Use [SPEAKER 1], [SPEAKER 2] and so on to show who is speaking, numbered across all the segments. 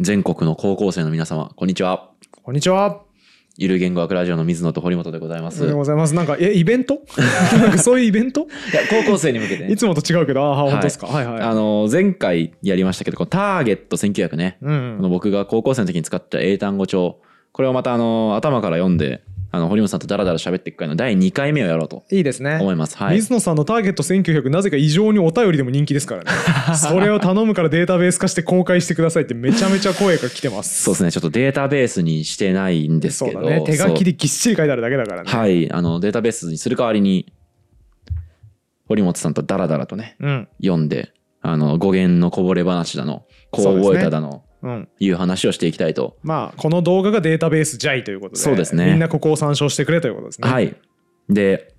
[SPEAKER 1] 全国の高校生の皆様、こんにちは。
[SPEAKER 2] こんにちは。
[SPEAKER 1] ゆる言語学ラジオの水野と堀本でございま
[SPEAKER 2] お
[SPEAKER 1] す。
[SPEAKER 2] はよ
[SPEAKER 1] いう
[SPEAKER 2] ございます。なんか、え、イベ ントなんかそういうイベント
[SPEAKER 1] や高校生に向けてね
[SPEAKER 2] いつもと違うけど、ああ、
[SPEAKER 1] い
[SPEAKER 2] 本当ですか。はいはい。
[SPEAKER 1] あの、前回やりましたけど、このターゲット1900ね。
[SPEAKER 2] う
[SPEAKER 1] この
[SPEAKER 2] ん。
[SPEAKER 1] 僕が高校生の時に使った英単語帳。これをまたあの、頭から読んで、あの、堀本さんとダラダラ喋っていく回の第2回目をやろうと
[SPEAKER 2] いいですね。
[SPEAKER 1] 思います。はい。
[SPEAKER 2] 水野さんのターゲット1900なぜか異常にお便りでも人気で すからねそれを頼むからデータベース化して公開してくださいってめちゃめちゃ声が来てます
[SPEAKER 1] そうですね。ちょっとデータベースにしてないんですけど。
[SPEAKER 2] そうだね手書き
[SPEAKER 1] で。
[SPEAKER 2] でぎっしり書いてあるだけだからね、
[SPEAKER 1] はい。あの、データベースにする代わりに、堀本さんとダラダラとね、
[SPEAKER 2] うん
[SPEAKER 1] 読んで、あの、語源のこぼれ話だの、こう覚えただの、
[SPEAKER 2] うん
[SPEAKER 1] いう話をしていきたいと。
[SPEAKER 2] まあこの動画がデータベースじゃいということで
[SPEAKER 1] そうですね
[SPEAKER 2] みんなここを参照してくれということですね
[SPEAKER 1] はい。で、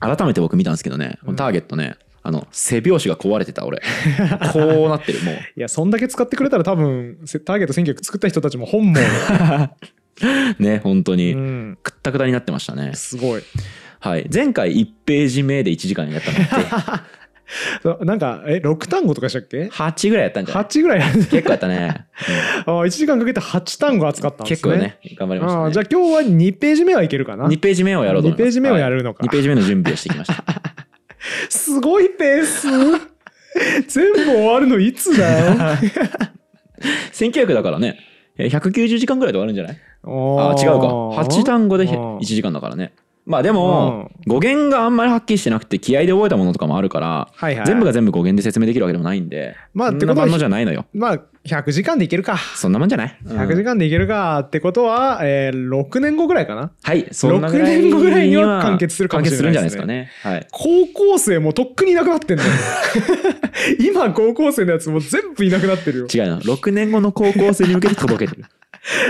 [SPEAKER 1] 改めて僕見たんですけどね、このターゲットね、あの、背拍子が壊れてた、 俺。こうなってる、もう。
[SPEAKER 2] いやそんだけ使ってくれたら多分せターゲット1900作った人たちも本望、
[SPEAKER 1] ね、本当
[SPEAKER 2] う
[SPEAKER 1] に。
[SPEAKER 2] ん、
[SPEAKER 1] くったくたになってましたね。
[SPEAKER 2] すごい
[SPEAKER 1] はい。前回1ページ目で1時間やったのって、
[SPEAKER 2] そうなんかえ6単語とかでしたっ け
[SPEAKER 1] 8ぐらいやったんじゃない
[SPEAKER 2] 8ぐらいあ る
[SPEAKER 1] 結構やったね。
[SPEAKER 2] あ1時間かけて8単語扱 ったんです
[SPEAKER 1] 結構ね、頑張りました
[SPEAKER 2] あ
[SPEAKER 1] ね。
[SPEAKER 2] ーじゃあ今日は2ページ目はいけるかな
[SPEAKER 1] 2ページ目をやろうと思います。
[SPEAKER 2] 2ページ目をやるのか
[SPEAKER 1] 2ページ目の準備をしてきまし た。
[SPEAKER 2] すごいペース 全部終わるのい つだよ
[SPEAKER 1] 1900だからね、えー190時間ぐらいで終わるんじゃないあ
[SPEAKER 2] あ
[SPEAKER 1] ー違うか。8単語で
[SPEAKER 2] あ
[SPEAKER 1] 1
[SPEAKER 2] ー
[SPEAKER 1] 時間だからね。まあでも、
[SPEAKER 2] う
[SPEAKER 1] 語源があんまりはっきりしてなくて、気合で覚えたものとかもあるから、
[SPEAKER 2] はいはい
[SPEAKER 1] 全部が全部語源で説明できるわけでもないんで、
[SPEAKER 2] まあ
[SPEAKER 1] そん
[SPEAKER 2] って
[SPEAKER 1] な
[SPEAKER 2] こと
[SPEAKER 1] ま
[SPEAKER 2] は
[SPEAKER 1] んまじゃないのよ。
[SPEAKER 2] まあ100時間でいけるか
[SPEAKER 1] そんなもんじゃない、うん
[SPEAKER 2] 100時間でいけるかってことは、えー6年後ぐらいかな
[SPEAKER 1] はい、そんなぐらい
[SPEAKER 2] 6年後ぐらいには完結するかもしれな
[SPEAKER 1] 完
[SPEAKER 2] いで
[SPEAKER 1] 結
[SPEAKER 2] す
[SPEAKER 1] す
[SPEAKER 2] ね
[SPEAKER 1] るんじゃないですかね。はい。
[SPEAKER 2] 高校生もとっくにいなくなってんだ よ今高校生のやつもう全部いなくなってるよ
[SPEAKER 1] 違うの。6年後の高校生に向けて届 けてる。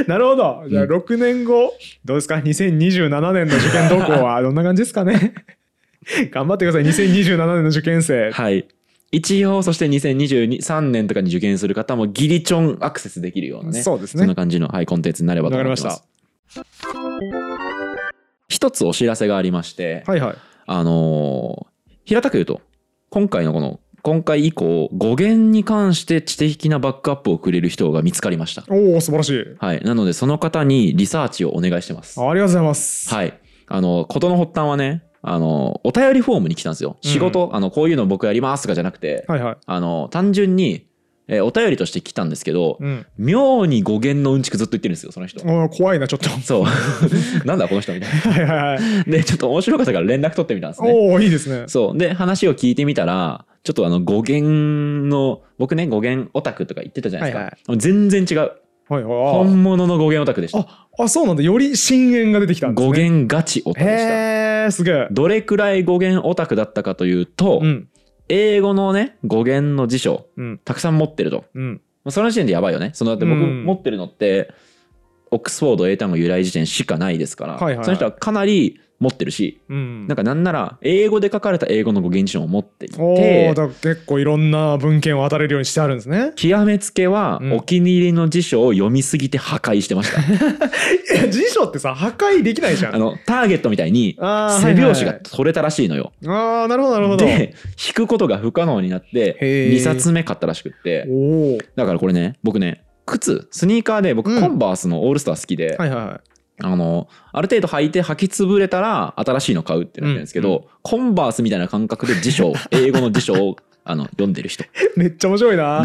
[SPEAKER 2] なるほどじゃあ6年後どうですか2027年の受験動向はどんな感じですかね 頑張ってください2027年の受験生
[SPEAKER 1] はい。一応、そして2023年とかに受験する方もギリチョンアクセスできるようなね。
[SPEAKER 2] そうですね
[SPEAKER 1] そんな感じの、はい、コンテンツになればと思います。
[SPEAKER 2] わかりま
[SPEAKER 1] 一つお知らせがありまして、
[SPEAKER 2] はいはい
[SPEAKER 1] あのー平たく言うと、今回のこの、今回以降、語源に関して知的なバックアップをくれる人が見つかりました。
[SPEAKER 2] おお素晴らしい
[SPEAKER 1] はい。なので、その方にリサーチをお願いしてます。
[SPEAKER 2] ありがとうございます。
[SPEAKER 1] はい。あの、ことの発端はね、あの、お便りフォームに来たんですよ。仕事、あの、こういうの僕やりますとかじゃなくて、
[SPEAKER 2] はいはい。
[SPEAKER 1] あの単純に、えーお便りとして来たんですけど、
[SPEAKER 2] うん。
[SPEAKER 1] 妙に語源のうんちくずっと言ってるんですよその人
[SPEAKER 2] おー怖いな、ちょっと。
[SPEAKER 1] そうなんだこの人みたい
[SPEAKER 2] はいはいはい。
[SPEAKER 1] なでちょっと面白かったから連絡取ってみたんですね
[SPEAKER 2] おおいいですね。
[SPEAKER 1] そうで話を聞いてみたらちょっとあの語源の僕ね語源オタクとか言ってたじゃないですか、
[SPEAKER 2] はい
[SPEAKER 1] 全然違う
[SPEAKER 2] はいはい。
[SPEAKER 1] 本物の語源オタクでした
[SPEAKER 2] あ、あ、そうなんだ。より深淵が出てきたんですね。
[SPEAKER 1] 語源ガチオタクでした
[SPEAKER 2] へえ、すげえ。
[SPEAKER 1] どれくらい語源オタクだったかというと、
[SPEAKER 2] うん。
[SPEAKER 1] 英語のね語源の辞書
[SPEAKER 2] うん。
[SPEAKER 1] たくさん持ってると
[SPEAKER 2] うん。
[SPEAKER 1] まあその時点でやばいよね。そのだって僕
[SPEAKER 2] うん
[SPEAKER 1] 持ってるのって、オックスフォード英単語由来辞典しかないですから、
[SPEAKER 2] はいはいはい
[SPEAKER 1] その人はかなり持ってるし、
[SPEAKER 2] うん。
[SPEAKER 1] なんかなんなら英語で書かれた英語の語源辞典を持ってい
[SPEAKER 2] おお
[SPEAKER 1] て、
[SPEAKER 2] だから結構いろんな文献を当たれるようにしてあるんですね。
[SPEAKER 1] 極めつけは
[SPEAKER 2] うん
[SPEAKER 1] お気に入りの辞書を読みすぎて破壊してま した。
[SPEAKER 2] いや辞書ってさ、破壊できないじゃん。
[SPEAKER 1] あの、ターゲットみたいに
[SPEAKER 2] あー
[SPEAKER 1] 背拍子
[SPEAKER 2] は
[SPEAKER 1] が
[SPEAKER 2] い
[SPEAKER 1] 取れたらしいのよ。
[SPEAKER 2] はいはいあー、なるほど、なるほど。
[SPEAKER 1] で、引くことが不可能になって、
[SPEAKER 2] へー
[SPEAKER 1] 2冊目買ったらしくって、
[SPEAKER 2] おお。
[SPEAKER 1] だからこれね、僕ね、靴、スニーカーで僕、
[SPEAKER 2] うん
[SPEAKER 1] コンバースのオールスター好きで、
[SPEAKER 2] はいはいはい。
[SPEAKER 1] あの、ある程度履いて履き潰れたら新しいの買うってなってるんですけど、
[SPEAKER 2] うん
[SPEAKER 1] コンバースみたいな感覚で辞書を、英語の辞書を あの読んでる人
[SPEAKER 2] めっちゃ面白いな
[SPEAKER 1] が。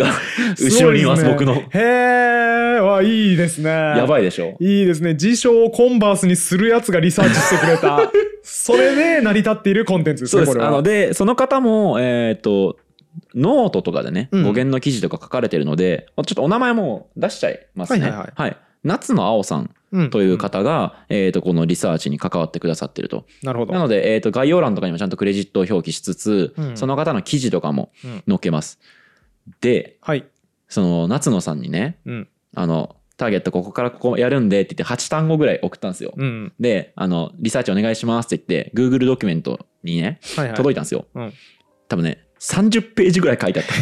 [SPEAKER 1] 後ろにいます、
[SPEAKER 2] すご
[SPEAKER 1] 僕
[SPEAKER 2] いですね
[SPEAKER 1] の。
[SPEAKER 2] へえ、わ、いいですね。
[SPEAKER 1] やばいでしょ。
[SPEAKER 2] いいですね。辞書をコンバースにするやつがリサーチしてく れた。それで成り立っているコンテンツです
[SPEAKER 1] そう
[SPEAKER 2] ね、
[SPEAKER 1] で
[SPEAKER 2] これ
[SPEAKER 1] す。あ
[SPEAKER 2] は。
[SPEAKER 1] の、で、その方も、えっ、と、ノートとかでね、
[SPEAKER 2] う
[SPEAKER 1] 語
[SPEAKER 2] ん
[SPEAKER 1] 源の記事とか書かれてるので、ちょっとお名前も出しちゃいますね。
[SPEAKER 2] はいはいはい
[SPEAKER 1] 夏の青さん
[SPEAKER 2] うん
[SPEAKER 1] という方が、えっ、と、このリサーチに関わってくださってると。
[SPEAKER 2] なるほど。
[SPEAKER 1] なので、えっ、と、概要欄とかにもちゃんとクレジットを表記しつつ、
[SPEAKER 2] うん
[SPEAKER 1] その方の記事とかも
[SPEAKER 2] うん
[SPEAKER 1] 載っけます。で、
[SPEAKER 2] はい。
[SPEAKER 1] その夏野さんにね、
[SPEAKER 2] うん。
[SPEAKER 1] あの、ターゲットここからここやるんでって言って8単語ぐらい送ったんですよ。
[SPEAKER 2] うん。
[SPEAKER 1] で、あの、リサーチお願いしますって言って、Google ドキュメントにね、
[SPEAKER 2] はいはい。
[SPEAKER 1] 届いたんですよ。
[SPEAKER 2] うん
[SPEAKER 1] 多分ね、30ページぐらい書いてあ った。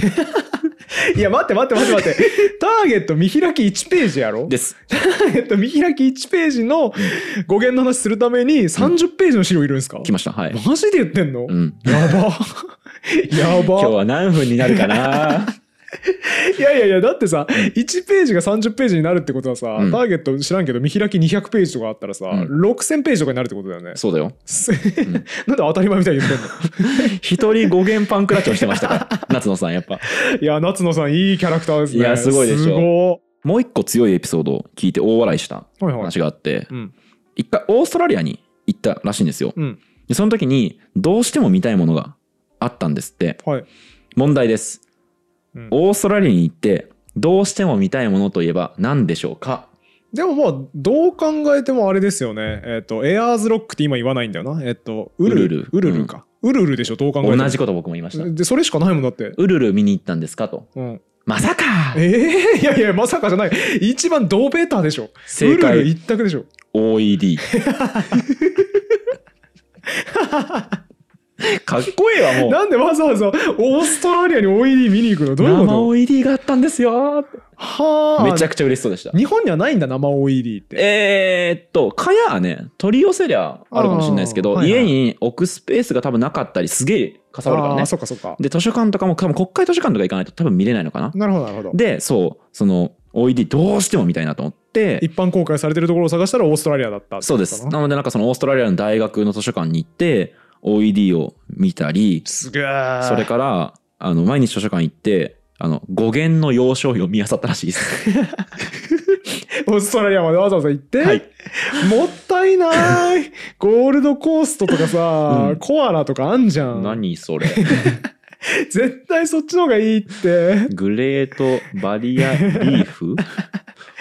[SPEAKER 2] いや、待って待って待って待って。ターゲット見開き1ページやろ
[SPEAKER 1] です。
[SPEAKER 2] ターゲット見開き1ページの語源の話するために30ページの資料いるんですか、
[SPEAKER 1] 来ました。はい。
[SPEAKER 2] マジで言ってんの、
[SPEAKER 1] うん。
[SPEAKER 2] やば。や
[SPEAKER 1] 今日
[SPEAKER 2] ば。
[SPEAKER 1] は何分になるかな
[SPEAKER 2] いやいやいやだってさ1ページが30ページになるってことはさ、
[SPEAKER 1] うん
[SPEAKER 2] ターゲット知らんけど見開き200ページとかあったらさ、
[SPEAKER 1] ん
[SPEAKER 2] 6000ページとかになるってことだよね。
[SPEAKER 1] そうだよ。
[SPEAKER 2] す なんで当たり前みたいに言ってんの
[SPEAKER 1] 一人語源パンクラッチョしてましたから、夏野さん、やっぱ。
[SPEAKER 2] いや、夏野さん、いいキャラクターですね。
[SPEAKER 1] いやすごいでしょ
[SPEAKER 2] すご
[SPEAKER 1] もう一個強いエピソードを聞いて大笑いした
[SPEAKER 2] いはいはい。
[SPEAKER 1] 話があって、
[SPEAKER 2] うん。
[SPEAKER 1] 一回オーストラリアに行ったらしいんですよ。
[SPEAKER 2] うん。
[SPEAKER 1] でその時に、どうしても見たいものがあったんですって。
[SPEAKER 2] はい。
[SPEAKER 1] 問題です。
[SPEAKER 2] うん
[SPEAKER 1] オーストラリアに行って、どうしても見たいものといえば何でしょうか
[SPEAKER 2] でもまあ、どう考えてもあれですよね。えっ、と、エアーズロックって今言わないんだよな。えっ、と、ウルル
[SPEAKER 1] ウ
[SPEAKER 2] ウ
[SPEAKER 1] ルル
[SPEAKER 2] ルルか。ウルルでしょ、どう考えても。
[SPEAKER 1] 同じこと僕も言いました。
[SPEAKER 2] で、それしかないもんだって。
[SPEAKER 1] ウルル見に行ったんですかと。
[SPEAKER 2] うん。
[SPEAKER 1] まさか
[SPEAKER 2] ええ いやいや、まさかじゃない。一番ドベーターでしょ。
[SPEAKER 1] 正解
[SPEAKER 2] ウルル一択でしょ。
[SPEAKER 1] OED かっこええわもう
[SPEAKER 2] なんでわざわざオーストラリアに OED 見に行くのどういう
[SPEAKER 1] 生
[SPEAKER 2] こと
[SPEAKER 1] OED があったんですよ
[SPEAKER 2] はあ。
[SPEAKER 1] めちゃくちゃ嬉しそうでした
[SPEAKER 2] 日本にはないんだ、生 OED って。
[SPEAKER 1] えーっと蚊やね取り寄せりゃあるかもしれないですけど、
[SPEAKER 2] あーはいはい
[SPEAKER 1] 家に置くスペースが多分なかったりすげえかさばるから
[SPEAKER 2] あ
[SPEAKER 1] ね
[SPEAKER 2] ーそっかそっか。
[SPEAKER 1] で図書館とかも多分国会図書館とか行かないと多分見れないのかな
[SPEAKER 2] なるほど、なるほど。
[SPEAKER 1] でそうその OED どうしても見たいなと思って
[SPEAKER 2] 一般公開されてるところを探したらオーストラリアだったって
[SPEAKER 1] そう
[SPEAKER 2] こと
[SPEAKER 1] で
[SPEAKER 2] かな
[SPEAKER 1] すなのでなんかそのオーストラリアの大学の図書館に行って OED を見たり
[SPEAKER 2] すげえ
[SPEAKER 1] それからあの毎日図書館行ってあの語源の要所を読み漁ったらしいです。
[SPEAKER 2] オーストラリアまでわざわざ行って、
[SPEAKER 1] はい
[SPEAKER 2] もったいない ゴールドコーストとかさ、
[SPEAKER 1] うん
[SPEAKER 2] コアラとかあんじゃん
[SPEAKER 1] 何それ
[SPEAKER 2] 絶対そっちの方がいい って
[SPEAKER 1] グレートバリアリーフ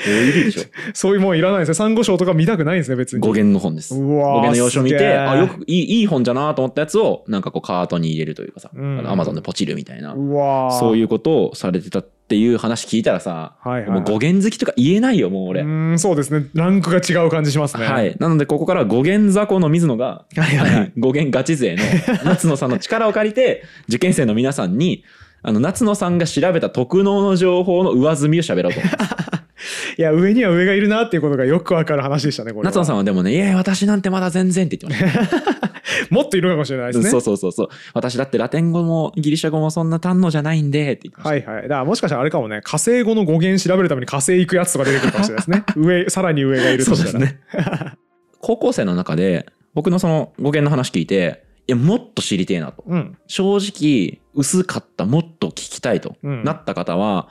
[SPEAKER 1] OED でし ょ
[SPEAKER 2] そういうもんいらないですねサンゴ礁とか見たくないですね別に
[SPEAKER 1] 語源の本です。語
[SPEAKER 2] うわー
[SPEAKER 1] 源の要所を見
[SPEAKER 2] すげ
[SPEAKER 1] て
[SPEAKER 2] え
[SPEAKER 1] あよくいいいい本じゃなと思ったやつをなんかこうカートに入れるというかさ、
[SPEAKER 2] うん
[SPEAKER 1] あのアマゾンでポチるみたいな
[SPEAKER 2] うわ
[SPEAKER 1] そう
[SPEAKER 2] う
[SPEAKER 1] いうことをされてたっていう話聞いたらさ、
[SPEAKER 2] はいはい
[SPEAKER 1] もう語源好きとか言えないよもう俺。
[SPEAKER 2] うーんそうですねランクが違う感じしますね
[SPEAKER 1] はい、なのでここからは語源雑魚の水野が
[SPEAKER 2] はいはいはい
[SPEAKER 1] 語源ガチ勢の夏野さんの力を借りて受験生の皆さんにあの夏野さんが調べた特能の情報の上積みを喋ろうと思います
[SPEAKER 2] いや上には上がいるなっていうことがよくわかる話でしたねこれは
[SPEAKER 1] 夏野さんはでもね「いや私なんてまだ全然」って言ってました
[SPEAKER 2] もっといるかもしれないですね
[SPEAKER 1] そうそうそうそう私だってラテン語もギリシャ語もそんな堪能じゃないんでって言ってました、
[SPEAKER 2] はいはい。だからもしかしたらあれかもね、火星語の語源調べるために火星行くやつとか出てくるかもしれな いですね。上、さらに上がいる
[SPEAKER 1] そ
[SPEAKER 2] と
[SPEAKER 1] うで
[SPEAKER 2] した
[SPEAKER 1] す
[SPEAKER 2] ら。
[SPEAKER 1] ね 高校生の中で僕のその語源の話聞いていやもっと知りてえなと
[SPEAKER 2] うん。
[SPEAKER 1] 正直薄かったもっと聞きたいと
[SPEAKER 2] うん
[SPEAKER 1] なった方は、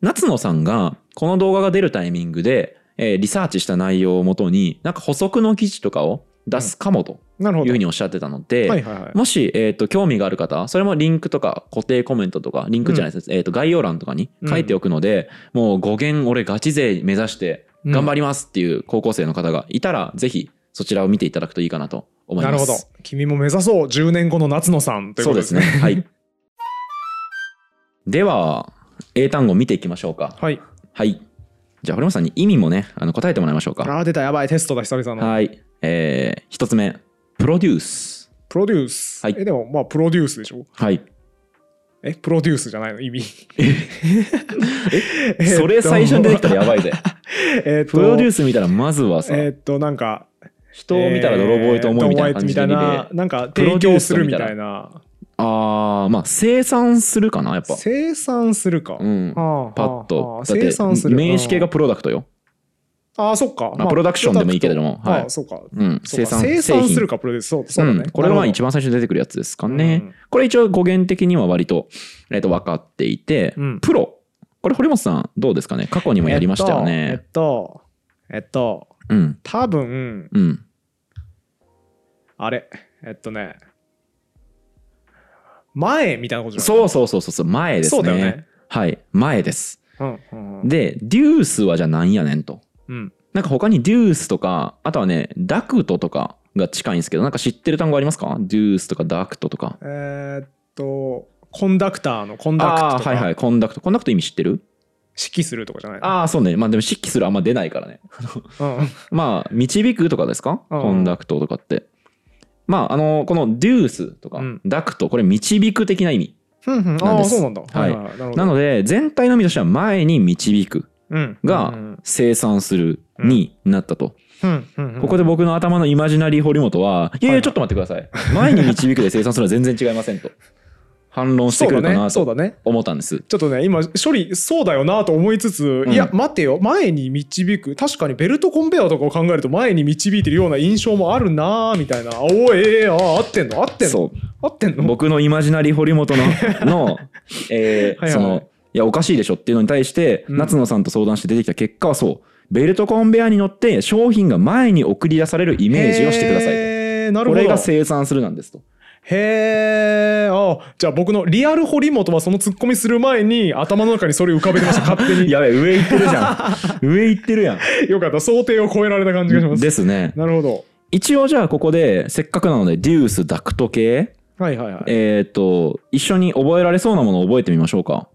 [SPEAKER 1] 夏野さんがこの動画が出るタイミングで、えーリサーチした内容をもとになんか補足の記事とかを出すかもと
[SPEAKER 2] な
[SPEAKER 1] い
[SPEAKER 2] るほ
[SPEAKER 1] うふ
[SPEAKER 2] ど。
[SPEAKER 1] うにおっしゃってたので、
[SPEAKER 2] はいはいはい。
[SPEAKER 1] もし、えー、と興味がある方それもリンクとか固定コメントとかリンクじゃないです、えー、と概要欄とかに書いておくので、もう語源俺ガチ勢目指して頑張りますっていう高校生の方がいたら、ぜひそちらを見ていただくといいかなと思い
[SPEAKER 2] な
[SPEAKER 1] ます。
[SPEAKER 2] るほど。君も目指そう。10年後の夏野さんという
[SPEAKER 1] そ
[SPEAKER 2] こ
[SPEAKER 1] う
[SPEAKER 2] と
[SPEAKER 1] で
[SPEAKER 2] ですす
[SPEAKER 1] ね。
[SPEAKER 2] ね。
[SPEAKER 1] はい。では、英単語見ていきましょうか。
[SPEAKER 2] はい。
[SPEAKER 1] はい。じゃあ、堀本さんに意味もね、あの答えてもらいましょうか。
[SPEAKER 2] ああ、出た。やばい。テストだ、久々の。
[SPEAKER 1] はい。えー、一つ目、プロデュース。
[SPEAKER 2] プロデュース。
[SPEAKER 1] はい
[SPEAKER 2] え、でも、まあ、プロデュースでしょ。
[SPEAKER 1] はい。
[SPEAKER 2] え、プロデュースじゃないの意味。え
[SPEAKER 1] それ最初に出てきたらやばいぜ。
[SPEAKER 2] えっと、
[SPEAKER 1] プロデュー
[SPEAKER 2] ス。
[SPEAKER 1] ス見たら、まずはさ、
[SPEAKER 2] えっと、なんか、
[SPEAKER 1] 人を見たら泥棒へと思うみたいな感じで
[SPEAKER 2] えー
[SPEAKER 1] 見
[SPEAKER 2] 泥
[SPEAKER 1] て、
[SPEAKER 2] 棒へみたいななんか、提供するみたいな。
[SPEAKER 1] あー、まあ、生産するかな、やっぱ。
[SPEAKER 2] 生産するか。
[SPEAKER 1] うん。
[SPEAKER 2] ああ
[SPEAKER 1] パッ
[SPEAKER 2] あ
[SPEAKER 1] と
[SPEAKER 2] あ。
[SPEAKER 1] だっ
[SPEAKER 2] 生
[SPEAKER 1] て
[SPEAKER 2] 産す、る
[SPEAKER 1] 名詞系がプロダクトよ。
[SPEAKER 2] ああ、そっか。
[SPEAKER 1] まあプロダクションでもいいけれども
[SPEAKER 2] プロダクト
[SPEAKER 1] はい
[SPEAKER 2] ああ、そうか。
[SPEAKER 1] うん。生
[SPEAKER 2] 生産
[SPEAKER 1] 産
[SPEAKER 2] 生
[SPEAKER 1] 製
[SPEAKER 2] 産
[SPEAKER 1] 品
[SPEAKER 2] するかプロデュースそうそうだね、
[SPEAKER 1] うん、これはまあ一
[SPEAKER 2] 番
[SPEAKER 1] 番最初に出てくるやつですかね。これ一応語源的には割と,、えっと分かっていて、
[SPEAKER 2] うん
[SPEAKER 1] プロこれ堀本さんどうですかね過去にもやりましたよ
[SPEAKER 2] えっ
[SPEAKER 1] ね。
[SPEAKER 2] とえっと
[SPEAKER 1] うん
[SPEAKER 2] 多分
[SPEAKER 1] うん
[SPEAKER 2] あれえっとね前みたいなことじゃない
[SPEAKER 1] そうそうそうそうそう前ですね。
[SPEAKER 2] そうだよね
[SPEAKER 1] はい前です。
[SPEAKER 2] うんうんうん
[SPEAKER 1] でデュースはじゃあなんやねんと。
[SPEAKER 2] うん
[SPEAKER 1] なんか他にデュースとかあとはねダクトとかが近いんですけどなんか知ってる単語ありますかデュースとかダクトとか。
[SPEAKER 2] えーっとコンダクターのコンダク
[SPEAKER 1] あ
[SPEAKER 2] ト
[SPEAKER 1] あ
[SPEAKER 2] と
[SPEAKER 1] ー
[SPEAKER 2] か、
[SPEAKER 1] はいはいコンダクトコンダクト意味知ってる
[SPEAKER 2] 指揮するとかじゃないの
[SPEAKER 1] ああそうねまあでも指揮するあんま出ないからね
[SPEAKER 2] うんうん
[SPEAKER 1] まあ、導くとかですか、
[SPEAKER 2] うん
[SPEAKER 1] コンダクトとかって。まあ、あの、このデュースとか、
[SPEAKER 2] うん
[SPEAKER 1] ダクト、これ、導く的な意味。
[SPEAKER 2] ふんふん
[SPEAKER 1] なん
[SPEAKER 2] あ
[SPEAKER 1] で
[SPEAKER 2] あ
[SPEAKER 1] す
[SPEAKER 2] そうなんだ
[SPEAKER 1] はい
[SPEAKER 2] はいはいなるほど
[SPEAKER 1] なので、全体の意味としては、前に導く
[SPEAKER 2] うんう
[SPEAKER 1] が
[SPEAKER 2] ん
[SPEAKER 1] 生産するになったと。
[SPEAKER 2] うんうんうん
[SPEAKER 1] ここで僕の頭のイマジナリー堀本は、いやい
[SPEAKER 2] は
[SPEAKER 1] や、
[SPEAKER 2] い
[SPEAKER 1] ちょっと待ってください。前に導くで生産するのは全然違いませんと。反論してくるかな
[SPEAKER 2] そう
[SPEAKER 1] と
[SPEAKER 2] だねそうだね
[SPEAKER 1] 思ったんです。
[SPEAKER 2] ちょっとね今処理そうだよなと思いつつ、
[SPEAKER 1] うん
[SPEAKER 2] いや待てよ前に導く確かにベルトコンベアとかを考えると前に導いてるような印象もあるなーみたいなあおーええあー合ってんの合ってんの
[SPEAKER 1] そう
[SPEAKER 2] 合ってんの
[SPEAKER 1] 僕のイマジナリー堀本の の、えー
[SPEAKER 2] はいはい
[SPEAKER 1] そのいやおかしいでしょっていうのに対して、
[SPEAKER 2] うん
[SPEAKER 1] 夏野さんと相談して出てきた結果はそうベルトコンベアに乗って商品が前に送り出されるイ
[SPEAKER 2] イ
[SPEAKER 1] メージをしてくださいと
[SPEAKER 2] なる
[SPEAKER 1] こ
[SPEAKER 2] ほど
[SPEAKER 1] れが生産するなん ですと
[SPEAKER 2] へえあじゃあ僕のリアル堀本はそのツッコミする前に頭の中にそれ浮かべてました 勝手に
[SPEAKER 1] やべえ上行ってるじゃ ん上行ってるやん
[SPEAKER 2] よかった想定を超えられた感じがします
[SPEAKER 1] ですね
[SPEAKER 2] なるほど
[SPEAKER 1] 一応じゃあここでせっかくなのでデュースダクト系
[SPEAKER 2] はいはいはい
[SPEAKER 1] えっ、と一緒に覚えられそうなものを覚えてみましょうか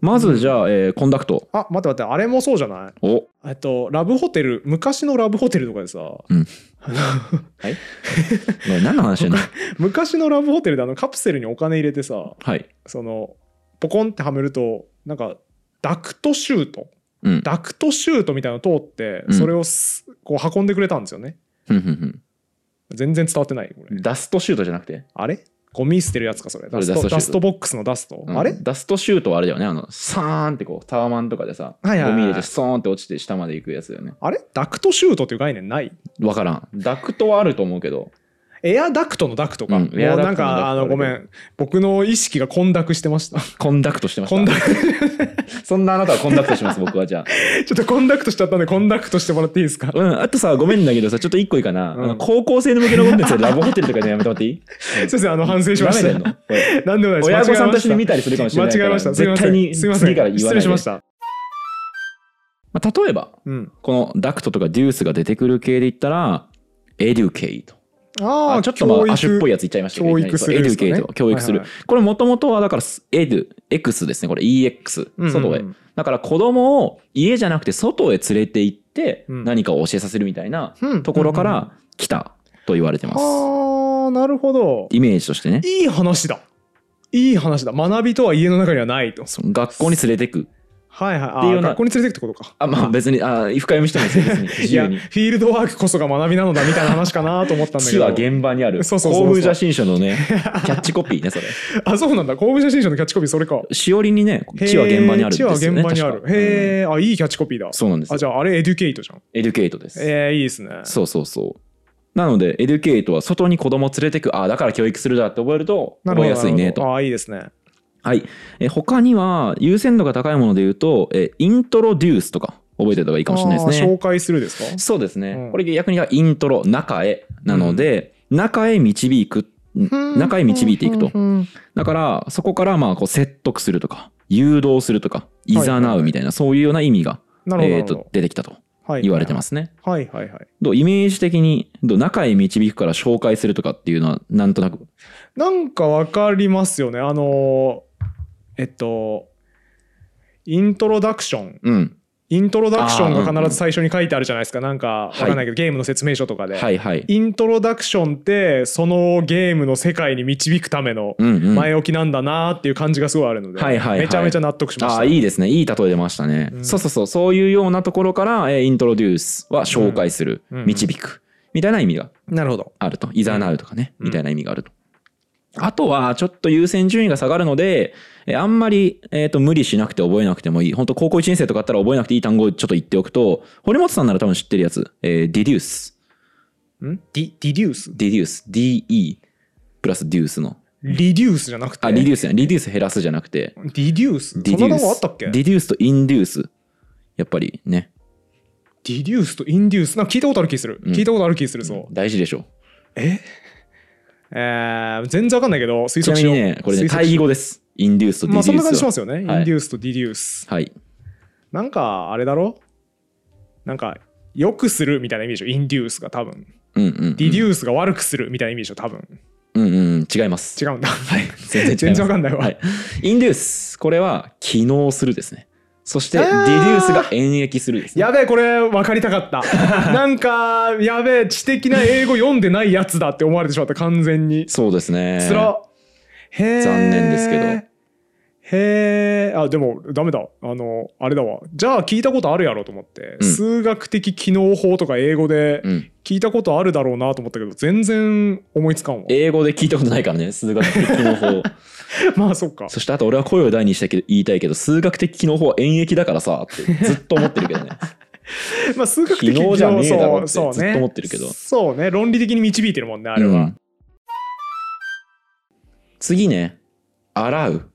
[SPEAKER 1] まずじゃあ、えーコンダクト
[SPEAKER 2] あ待って待ってあれもそうじゃない
[SPEAKER 1] お
[SPEAKER 2] えっとラブホテル昔のラブホテルとかでさ、
[SPEAKER 1] うん
[SPEAKER 2] あの
[SPEAKER 1] ごめん何の話やねん
[SPEAKER 2] 昔のラブホテルであのカプセルにお金入れてさ
[SPEAKER 1] はい
[SPEAKER 2] そのポコンってはめるとなんかダクトシュート
[SPEAKER 1] うん
[SPEAKER 2] ダクトシュートみたいなの通って
[SPEAKER 1] うん
[SPEAKER 2] それをすこう運んでくれたんですよね
[SPEAKER 1] ふんふんふん
[SPEAKER 2] 全然伝わってないこれ
[SPEAKER 1] ダストシュートじゃなくて、
[SPEAKER 2] あれゴミ捨てるやつかそ
[SPEAKER 1] そ
[SPEAKER 2] れダ
[SPEAKER 1] れ
[SPEAKER 2] スト
[SPEAKER 1] ダ
[SPEAKER 2] ダ
[SPEAKER 1] ストシュ
[SPEAKER 2] ス
[SPEAKER 1] ート
[SPEAKER 2] トボックスのダスト、
[SPEAKER 1] うん
[SPEAKER 2] あれ
[SPEAKER 1] ダストシュートはあれだよねあのサーンってこうタワマンとかでさ、
[SPEAKER 2] はいはいはい
[SPEAKER 1] ゴミ入れてストーンって落ちて下まで行くやつだよね
[SPEAKER 2] あれダクトシュートっていう概念ない
[SPEAKER 1] わからんダクトはあると思うけど
[SPEAKER 2] エアダクトのダクトか、
[SPEAKER 1] うん
[SPEAKER 2] もう
[SPEAKER 1] エアダ
[SPEAKER 2] なん
[SPEAKER 1] クトのダクト
[SPEAKER 2] かあのごめ
[SPEAKER 1] あ
[SPEAKER 2] ん僕の意識が混濁してました
[SPEAKER 1] コンダクトしてま
[SPEAKER 2] 混
[SPEAKER 1] し
[SPEAKER 2] 濁
[SPEAKER 1] た そんなあなたはコンダクトします僕はじゃあ
[SPEAKER 2] ちょっとコンダクトしちゃったんでコンダクトしてもらっていいですか
[SPEAKER 1] うんあとさごめんだけどさちょっと一個いいかな、
[SPEAKER 2] うん
[SPEAKER 1] あの高校生の向けのコンテンツでラブホテルとかでやめてもらって いい
[SPEAKER 2] 先生あの反省しまし
[SPEAKER 1] 舐めてん
[SPEAKER 2] た
[SPEAKER 1] のこれ
[SPEAKER 2] 何でもないです
[SPEAKER 1] 親御さんとして
[SPEAKER 2] 間違え
[SPEAKER 1] 見
[SPEAKER 2] ました
[SPEAKER 1] りするかもしれないか
[SPEAKER 2] 間
[SPEAKER 1] ら
[SPEAKER 2] 違えましたすいま
[SPEAKER 1] 絶
[SPEAKER 2] せ
[SPEAKER 1] 対に
[SPEAKER 2] んすいませ
[SPEAKER 1] 次
[SPEAKER 2] ん
[SPEAKER 1] から言わ
[SPEAKER 2] 失
[SPEAKER 1] な
[SPEAKER 2] 礼
[SPEAKER 1] い
[SPEAKER 2] し
[SPEAKER 1] で
[SPEAKER 2] ました
[SPEAKER 1] まあ、例えば
[SPEAKER 2] うん
[SPEAKER 1] このダクトとかデュースが出てくる系で言ったらエデュケイト
[SPEAKER 2] あ
[SPEAKER 1] あちょっとまあアシュっぽい
[SPEAKER 2] や
[SPEAKER 1] やついっちゃいましたけど
[SPEAKER 2] 教
[SPEAKER 1] いきな
[SPEAKER 2] 育
[SPEAKER 1] り
[SPEAKER 2] する
[SPEAKER 1] エデュ
[SPEAKER 2] ですか
[SPEAKER 1] ケ
[SPEAKER 2] ね
[SPEAKER 1] イト教育する、
[SPEAKER 2] はい
[SPEAKER 1] これもともとはだからすエデュ X ですねこれ EX 外へ、だから子供を家じゃなくて外へ連れて行って
[SPEAKER 2] うん
[SPEAKER 1] 何かを教えさせるみたいな
[SPEAKER 2] へ
[SPEAKER 1] ところから来たと言われてます、
[SPEAKER 2] ああなるほど
[SPEAKER 1] イメージとしてね
[SPEAKER 2] いい話だいい話だ学びとは家の中にはないと
[SPEAKER 1] その学校に連れてく
[SPEAKER 2] はいはいあ
[SPEAKER 1] っていうよ
[SPEAKER 2] ー
[SPEAKER 1] うな
[SPEAKER 2] 学校に連れてくってことか
[SPEAKER 1] あまあ別にあ深読みしてもいいですよ別に
[SPEAKER 2] い
[SPEAKER 1] 自
[SPEAKER 2] や
[SPEAKER 1] 由
[SPEAKER 2] フ
[SPEAKER 1] に
[SPEAKER 2] ィールドワークこそが学びなのだみたいな話かなと思ったんだけ
[SPEAKER 1] 地
[SPEAKER 2] ど
[SPEAKER 1] は現場にある
[SPEAKER 2] そうそうそうそう
[SPEAKER 1] 公文写真書の ねキャッチコピーねそれ
[SPEAKER 2] あそうなんだ公文写真書のキャッチコピーそれか
[SPEAKER 1] しおりにね地は現場にあるんですよね
[SPEAKER 2] へー地は現場にある
[SPEAKER 1] 確か
[SPEAKER 2] へえ、あいいキャッチコピーだ
[SPEAKER 1] うんそうなんです
[SPEAKER 2] あ
[SPEAKER 1] よ
[SPEAKER 2] じゃああれエデュケイトじゃん
[SPEAKER 1] エデュケイトです
[SPEAKER 2] えー、いいですね
[SPEAKER 1] そうそうそう。なので、エデュケイトは外に子供を連れてく、ああ、だから教育するだって覚えると
[SPEAKER 2] なる
[SPEAKER 1] 覚
[SPEAKER 2] ほ
[SPEAKER 1] え
[SPEAKER 2] ど
[SPEAKER 1] やすいね
[SPEAKER 2] なるほ
[SPEAKER 1] と。
[SPEAKER 2] どあーいいですね
[SPEAKER 1] はい。え他には、優先度が高いもので言うと、えイントロデュースとか覚えておいた方がいいかもしれないです
[SPEAKER 2] あー
[SPEAKER 1] ね。
[SPEAKER 2] 紹介するですか
[SPEAKER 1] そうですね。
[SPEAKER 2] うん
[SPEAKER 1] これ逆にイントロ、中へなので、中へ導く、中へ導いていくと。だから、そこからまあこう説得するとか、誘導するとか、いざなうみたいな、そういうような意味が、
[SPEAKER 2] なるほど
[SPEAKER 1] え
[SPEAKER 2] な
[SPEAKER 1] ー
[SPEAKER 2] るほど
[SPEAKER 1] と、出てきたと
[SPEAKER 2] はい
[SPEAKER 1] 言われてますね。
[SPEAKER 2] はいはいはい
[SPEAKER 1] どうイメージ的にどう中へ導くから紹介するとかっていうのはなんとなく
[SPEAKER 2] なんかわかりますよねあのーえっとイントロダクション
[SPEAKER 1] うん
[SPEAKER 2] イントロダクション
[SPEAKER 1] あーうん
[SPEAKER 2] が必ず最初に書いてあるじゃないですかなんかわかんないけどゲームの説明書とかで
[SPEAKER 1] はいはい
[SPEAKER 2] イントロダクションってそのゲームの世界に導くための
[SPEAKER 1] うんうん
[SPEAKER 2] 前置きなんだなーっていう感じがすごいあるので、
[SPEAKER 1] はいはいはい
[SPEAKER 2] めちゃめちゃ納得しまし
[SPEAKER 1] あ
[SPEAKER 2] た
[SPEAKER 1] あいいですねいい例え出ましたね、
[SPEAKER 2] うん
[SPEAKER 1] そうそうそうそういうようなところから、えーイントロデュースは紹介する、
[SPEAKER 2] うんうん
[SPEAKER 1] 導くみたいな意味が
[SPEAKER 2] なるほど
[SPEAKER 1] あるといざなうとかね、
[SPEAKER 2] うん
[SPEAKER 1] みたいな意味があるとあとはちょっと優先順位が下がるので、えーあんまり、えー、と無理しなくて覚えなくてもいい本当高校1年生とかだったら覚えなくていい単語をちょっと言っておくと堀本さんなら多分知ってるやつ、えー、ディデュース
[SPEAKER 2] んディディデュース
[SPEAKER 1] ディデュース DE プラスデュースの
[SPEAKER 2] リデュースじゃなくて
[SPEAKER 1] あ、リデュースやん。リデュース減らすじゃなくて、
[SPEAKER 2] ディデュース
[SPEAKER 1] ディ
[SPEAKER 2] そ
[SPEAKER 1] デ
[SPEAKER 2] ん
[SPEAKER 1] ュ
[SPEAKER 2] な
[SPEAKER 1] ー
[SPEAKER 2] のあっ
[SPEAKER 1] ス。
[SPEAKER 2] たっけ
[SPEAKER 1] ディデュースとインデュース。やっぱりね、
[SPEAKER 2] ディデュースとインデュースなんか聞いたことある気する、
[SPEAKER 1] うん
[SPEAKER 2] 聞いたことある気するぞ、
[SPEAKER 1] 大事でしょ。
[SPEAKER 2] ええー、全然わかんないけど推
[SPEAKER 1] ちな
[SPEAKER 2] 測
[SPEAKER 1] み
[SPEAKER 2] しよ
[SPEAKER 1] に
[SPEAKER 2] う
[SPEAKER 1] ね、これね、
[SPEAKER 2] 推測
[SPEAKER 1] 対
[SPEAKER 2] し
[SPEAKER 1] 義
[SPEAKER 2] よ
[SPEAKER 1] 語です。インデュースと
[SPEAKER 2] う
[SPEAKER 1] ディ
[SPEAKER 2] まあ
[SPEAKER 1] デ
[SPEAKER 2] そ
[SPEAKER 1] ュ
[SPEAKER 2] ん
[SPEAKER 1] ー
[SPEAKER 2] な
[SPEAKER 1] スは。
[SPEAKER 2] 感じしますよね、
[SPEAKER 1] はい
[SPEAKER 2] インデュースとディデュース
[SPEAKER 1] はい。
[SPEAKER 2] なんかあれだろなんか良くするみたいな意味でしょインデュースが多分
[SPEAKER 1] うんうん。
[SPEAKER 2] ディデ
[SPEAKER 1] ー
[SPEAKER 2] ュースが悪くするみたいな意味でしょ多分
[SPEAKER 1] ス。うんうん。違います。
[SPEAKER 2] 違うんだ
[SPEAKER 1] はい。全然違
[SPEAKER 2] 全
[SPEAKER 1] い
[SPEAKER 2] 然
[SPEAKER 1] ま
[SPEAKER 2] わ
[SPEAKER 1] す。
[SPEAKER 2] かんないわ、
[SPEAKER 1] はい。インデュース。これは、起能するですね。そして、
[SPEAKER 2] あ
[SPEAKER 1] デ
[SPEAKER 2] ー
[SPEAKER 1] ィデュースが演疫するですね。
[SPEAKER 2] やべえこれ分かりたかった なんかやべえ知的な英語読んでないやつだって思われてしまった完全に
[SPEAKER 1] そうですね。
[SPEAKER 2] つら、へえ
[SPEAKER 1] 残念ですけど
[SPEAKER 2] へへえあでもダメだあのあれだわじゃあ聞いたことあるやろと思って、
[SPEAKER 1] うん
[SPEAKER 2] 数学的機能法とか英語で
[SPEAKER 1] うん、
[SPEAKER 2] 聞いたことあるだろうなと思ったけど全然思いつかんわ
[SPEAKER 1] 英語で聞いたことないからね数学的機能法
[SPEAKER 2] まあそっか
[SPEAKER 1] そしてあと俺は声を大にしたけど言いたいけど数学的機能法は演疫だからさってずっと思ってるけどね
[SPEAKER 2] まあ数学的
[SPEAKER 1] 機能じゃねえだろって
[SPEAKER 2] そうそう
[SPEAKER 1] ず
[SPEAKER 2] ね
[SPEAKER 1] っと思ってるけど
[SPEAKER 2] そうね論理的に導いてるも んねあれは、
[SPEAKER 1] うん次ね「洗う」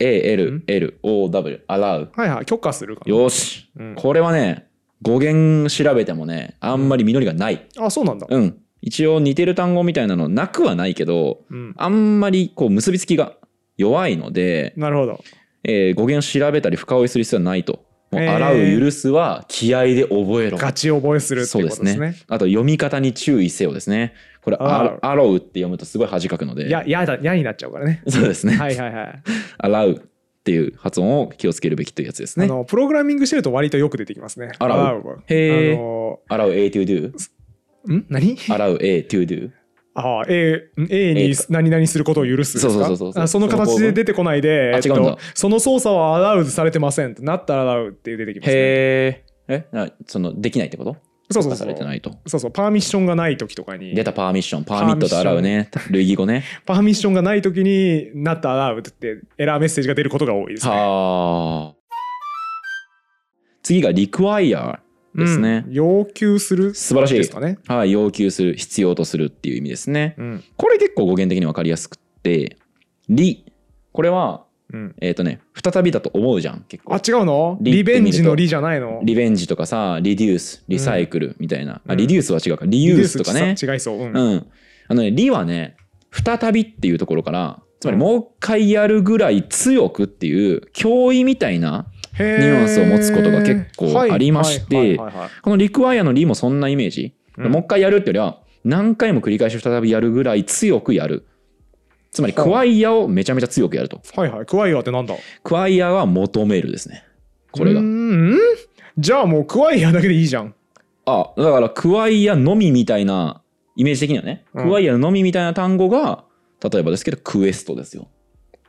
[SPEAKER 1] ALLOW 洗う
[SPEAKER 2] はいはい許可するから
[SPEAKER 1] よし、
[SPEAKER 2] うん
[SPEAKER 1] これはね語源調べてもねあんまり実りがない
[SPEAKER 2] あそうなんだ
[SPEAKER 1] うん一応似てる単語みたいなのなくはないけど
[SPEAKER 2] うん
[SPEAKER 1] あんまりこう結びつきが弱いので、
[SPEAKER 2] なるほど
[SPEAKER 1] えー語源調べたり深追いする必要はないと。もう
[SPEAKER 2] へー
[SPEAKER 1] 洗う許すは気合で覚えろ。
[SPEAKER 2] ガチ覚えするって
[SPEAKER 1] そう
[SPEAKER 2] いう
[SPEAKER 1] で
[SPEAKER 2] こ
[SPEAKER 1] す
[SPEAKER 2] とです
[SPEAKER 1] ね
[SPEAKER 2] ね。
[SPEAKER 1] あと読み方に注意せよですね。これ
[SPEAKER 2] あ
[SPEAKER 1] あアロウって読むとすごい恥かくので。
[SPEAKER 2] いややだやになっちゃうから ね
[SPEAKER 1] そうですね。
[SPEAKER 2] はいはいはい
[SPEAKER 1] 洗うっていう発音を気をつけるべきというやつですね
[SPEAKER 2] あ。のプログラミングしてると割とよく出てきますね。
[SPEAKER 1] あら
[SPEAKER 2] あら
[SPEAKER 1] へー
[SPEAKER 2] あの
[SPEAKER 1] 洗う A to do。
[SPEAKER 2] ん何
[SPEAKER 1] 洗う A to do。
[SPEAKER 2] ああ A, A
[SPEAKER 1] え
[SPEAKER 2] に
[SPEAKER 1] っと
[SPEAKER 2] 何々することを許すですか
[SPEAKER 1] そうそうそうそう
[SPEAKER 2] あその形で出てこないで、
[SPEAKER 1] あ違うんだ
[SPEAKER 2] その操作はアラウズされてませんってなったらアラウって出てきます、ね、
[SPEAKER 1] へーえなそのできないってこと
[SPEAKER 2] そうそう
[SPEAKER 1] 出
[SPEAKER 2] そ
[SPEAKER 1] さ
[SPEAKER 2] う
[SPEAKER 1] れてないと。
[SPEAKER 2] そうそうパーミッションがない時とかに
[SPEAKER 1] 出たパーミッション。パーミットと洗う ね。類義語ね。
[SPEAKER 2] パーミッションがない時になったアラウってエラーメッセージが出ることが多いですね。
[SPEAKER 1] はあ。次が require ですね
[SPEAKER 2] うん。要求する
[SPEAKER 1] 素晴らしい
[SPEAKER 2] ですかね。
[SPEAKER 1] はい、要求する、必要とするっていう意味ですね。
[SPEAKER 2] うん
[SPEAKER 1] これ結構語源的に分かりやすくって、り、これは、
[SPEAKER 2] うん、
[SPEAKER 1] えっ、とね、再びだと思うじゃん、結
[SPEAKER 2] あ
[SPEAKER 1] 構。
[SPEAKER 2] 違うの
[SPEAKER 1] リ
[SPEAKER 2] リ
[SPEAKER 1] って
[SPEAKER 2] ベ
[SPEAKER 1] 見ると
[SPEAKER 2] ンジのリじゃないの
[SPEAKER 1] リベンジとかさ、リデュース、リサイクルみたいな。あ、リデュースは違うか、リ
[SPEAKER 2] リ
[SPEAKER 1] ユースとかね。
[SPEAKER 2] 違いそう。うん
[SPEAKER 1] うん。あのね、りはね、再びっていうところから、つまりもう一回やるぐらい強くっていう、脅威みたいな
[SPEAKER 2] ニ
[SPEAKER 1] ニュアンスを持つことが結構ありましてこのリクワイアのリもそんなイメージ。
[SPEAKER 2] うん
[SPEAKER 1] もう一回やるってよりは、何回も繰り返し再びやるぐらい強くやる。つまり、
[SPEAKER 2] はあ
[SPEAKER 1] クワイアをめちゃめちゃ強くやると。
[SPEAKER 2] はいはい。クワイアってなんだ
[SPEAKER 1] クワイアは求めるですね。これが
[SPEAKER 2] うー。んじゃあもうクワイアだけでいいじゃん。
[SPEAKER 1] あ、だから、クワイアのみみたいな、イメージ的にはね、
[SPEAKER 2] うん
[SPEAKER 1] クワイアのみみたいな単語が、例えばですけど、クエストですよ。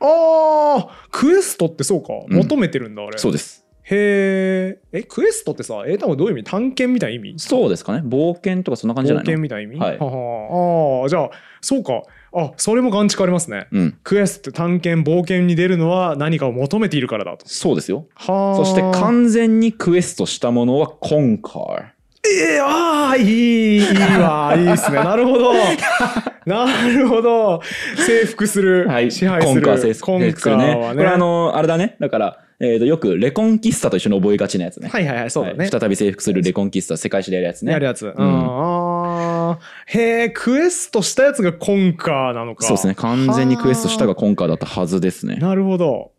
[SPEAKER 2] あークエストってそうか。
[SPEAKER 1] うん
[SPEAKER 2] 求めてるんだ、あれ。
[SPEAKER 1] そう
[SPEAKER 2] へ
[SPEAKER 1] です。
[SPEAKER 2] え。え、クエストってさ、英単語どういう意味探検みたいな意味
[SPEAKER 1] そうですかね。冒険とかそんな感じじゃ
[SPEAKER 2] 冒
[SPEAKER 1] ない
[SPEAKER 2] 険
[SPEAKER 1] の
[SPEAKER 2] みたいな意味
[SPEAKER 1] はい
[SPEAKER 2] はああー、じゃあ、そうか。あ、それも眼蓄ありますね。
[SPEAKER 1] うん。
[SPEAKER 2] クエスト、探検、冒険に出るのは何かを求めているからだと。
[SPEAKER 1] そうですよ。
[SPEAKER 2] はあ。
[SPEAKER 1] そして、完全にクエストしたものは、コンカー。
[SPEAKER 2] えー、ああいいいい わいいですねなるほどなるほど征服する、
[SPEAKER 1] はい、
[SPEAKER 2] 支配す
[SPEAKER 1] コン
[SPEAKER 2] る
[SPEAKER 1] カー制服
[SPEAKER 2] コンカーはね
[SPEAKER 1] これあのあれだねだから、えー、とよくレコンキスタと一緒に覚えがちなやつね,、
[SPEAKER 2] はいはいはいそうだね、
[SPEAKER 1] はい再び征服するレコンキスタ世界史でやるやつね
[SPEAKER 2] やるやつ、うん
[SPEAKER 1] ん
[SPEAKER 2] あーへえクエストしたやつがコンカーなのか
[SPEAKER 1] そうですね完全にクエストしたがコンカーだったはずですね
[SPEAKER 2] なるほど